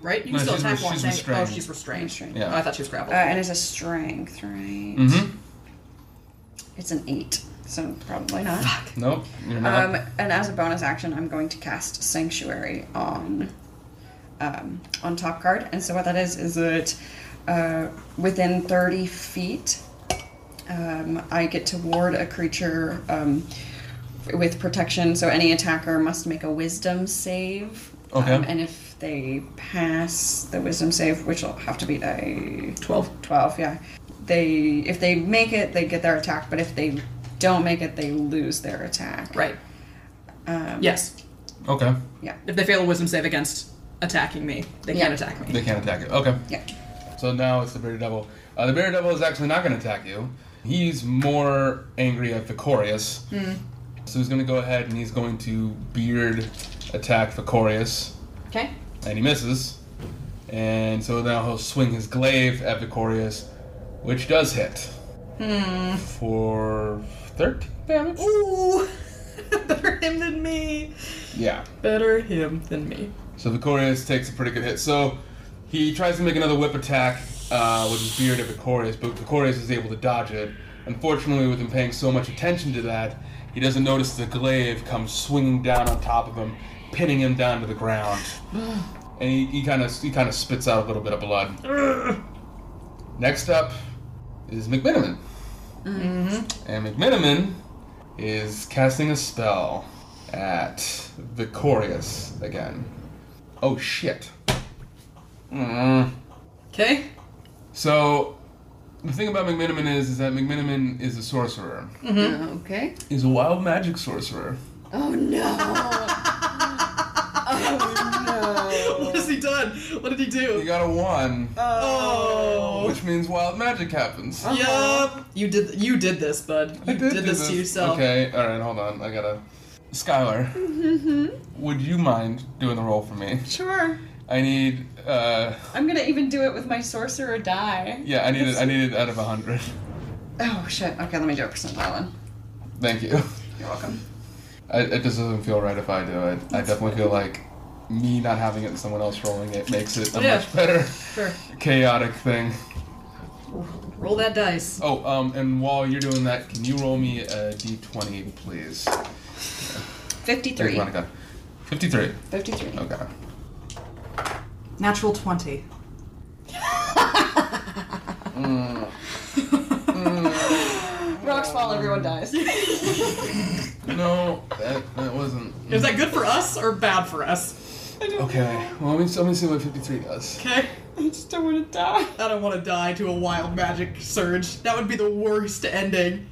[SPEAKER 11] Right? You can
[SPEAKER 10] No,
[SPEAKER 11] still
[SPEAKER 10] she's
[SPEAKER 11] attack
[SPEAKER 10] res-
[SPEAKER 11] while
[SPEAKER 10] she's
[SPEAKER 11] saying-
[SPEAKER 10] restrained.
[SPEAKER 11] Oh, she's restrained.
[SPEAKER 10] Restrained.
[SPEAKER 11] Oh, I thought she was grappled.
[SPEAKER 10] Uh, and it's a strength, right?
[SPEAKER 3] Mhm.
[SPEAKER 10] It's an eight, so probably not.
[SPEAKER 3] Nope, you're not.
[SPEAKER 10] Um, and as a bonus action, I'm going to cast Sanctuary on um, on top card. And so what that is is that uh, within 30 feet, um, I get to ward a creature um, with protection. So any attacker must make a Wisdom save.
[SPEAKER 3] Okay.
[SPEAKER 10] Um, and if they pass the Wisdom save, which will have to be a
[SPEAKER 11] 12.
[SPEAKER 10] 12, yeah. They if they make it, they get their attack. But if they don't make it, they lose their attack.
[SPEAKER 11] Right.
[SPEAKER 10] Um,
[SPEAKER 11] yes.
[SPEAKER 3] okay.
[SPEAKER 10] Yeah.
[SPEAKER 11] If they fail a wisdom save against attacking me, they can't attack me.
[SPEAKER 3] They can't attack it. Okay.
[SPEAKER 10] Yeah.
[SPEAKER 3] So now it's the bearded devil. Uh, the bearded devil is actually not going to attack you. He's more angry at Vicorious,
[SPEAKER 10] Hmm.
[SPEAKER 3] so he's going to go ahead and he's going to beard attack Vicorious.
[SPEAKER 11] Okay.
[SPEAKER 3] and he misses. And so now he'll swing his glaive at Vicorious, which does hit
[SPEAKER 11] Hmm.
[SPEAKER 3] for 13. Damage.
[SPEAKER 11] Ooh. Better him than me.
[SPEAKER 3] Yeah.
[SPEAKER 11] Better him than me.
[SPEAKER 3] So Vicorious takes a pretty good hit. So he tries to make another whip attack uh, with his beard at Vicorious, but Vicorious is able to dodge it. Unfortunately, with him paying so much attention to that, he doesn't notice the glaive comes swinging down on top of him, pinning him down to the ground. And he, he kind of he kind of spits out a little bit of blood. Next up is McMiniman.
[SPEAKER 11] Mm-hmm.
[SPEAKER 3] And McMiniman is casting a spell at Victorious again. Oh shit. Mm.
[SPEAKER 11] Okay.
[SPEAKER 3] So, the thing about McMiniman is, is that McMiniman is a sorcerer.
[SPEAKER 10] Mm-hmm. Okay.
[SPEAKER 3] He's a wild magic sorcerer.
[SPEAKER 10] Oh no. oh
[SPEAKER 11] What has he done? What did he do?
[SPEAKER 3] He got a one,
[SPEAKER 11] Oh.
[SPEAKER 3] which means wild magic happens.
[SPEAKER 11] Yup. You did. You did this, bud. You
[SPEAKER 3] I
[SPEAKER 11] did,
[SPEAKER 3] do
[SPEAKER 11] this, to yourself.
[SPEAKER 3] Okay, alright, hold on. I gotta. Skylar,
[SPEAKER 13] hmm
[SPEAKER 11] Mm-hmm.
[SPEAKER 3] would you mind doing the roll for me?
[SPEAKER 13] Sure.
[SPEAKER 3] I need, uh,
[SPEAKER 13] I'm gonna even do it with my sorcerer die.
[SPEAKER 3] yeah, I need it, I need it out of 100.
[SPEAKER 13] Oh shit. Okay, let me do a percentile then.
[SPEAKER 3] Thank you.
[SPEAKER 13] You're welcome.
[SPEAKER 3] I, it just doesn't feel right if I do it. I definitely feel like me not having it and someone else rolling it makes it a
[SPEAKER 11] Yeah.
[SPEAKER 3] much better
[SPEAKER 11] Sure.
[SPEAKER 3] chaotic thing.
[SPEAKER 11] Roll that dice.
[SPEAKER 3] Oh, um, and while you're doing that, can you roll me a d20, please? Thank you,
[SPEAKER 13] 53.
[SPEAKER 3] Monica. 53.
[SPEAKER 13] 53.
[SPEAKER 3] Okay.
[SPEAKER 11] Natural twenty.
[SPEAKER 3] Mm.
[SPEAKER 13] Rocks fall, everyone dies.
[SPEAKER 3] No, that, that wasn't.
[SPEAKER 11] Is that good for us or bad for us?
[SPEAKER 3] Okay. Well, let me, let me see what 53 does.
[SPEAKER 11] Okay.
[SPEAKER 13] I just don't want to die.
[SPEAKER 11] I don't want to die to a wild magic surge. That would be the worst ending.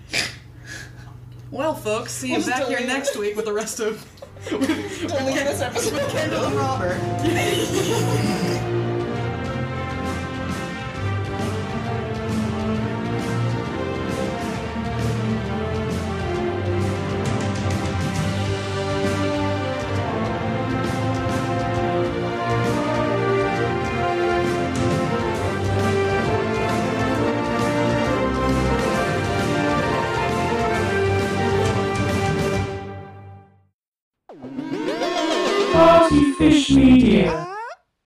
[SPEAKER 11] Well, folks, see you
[SPEAKER 13] We'll just
[SPEAKER 11] back here
[SPEAKER 13] delete it.
[SPEAKER 11] next week with the rest of.
[SPEAKER 13] Delete this episode.
[SPEAKER 11] With Kendall and Robert.
[SPEAKER 15] Party Fish Media.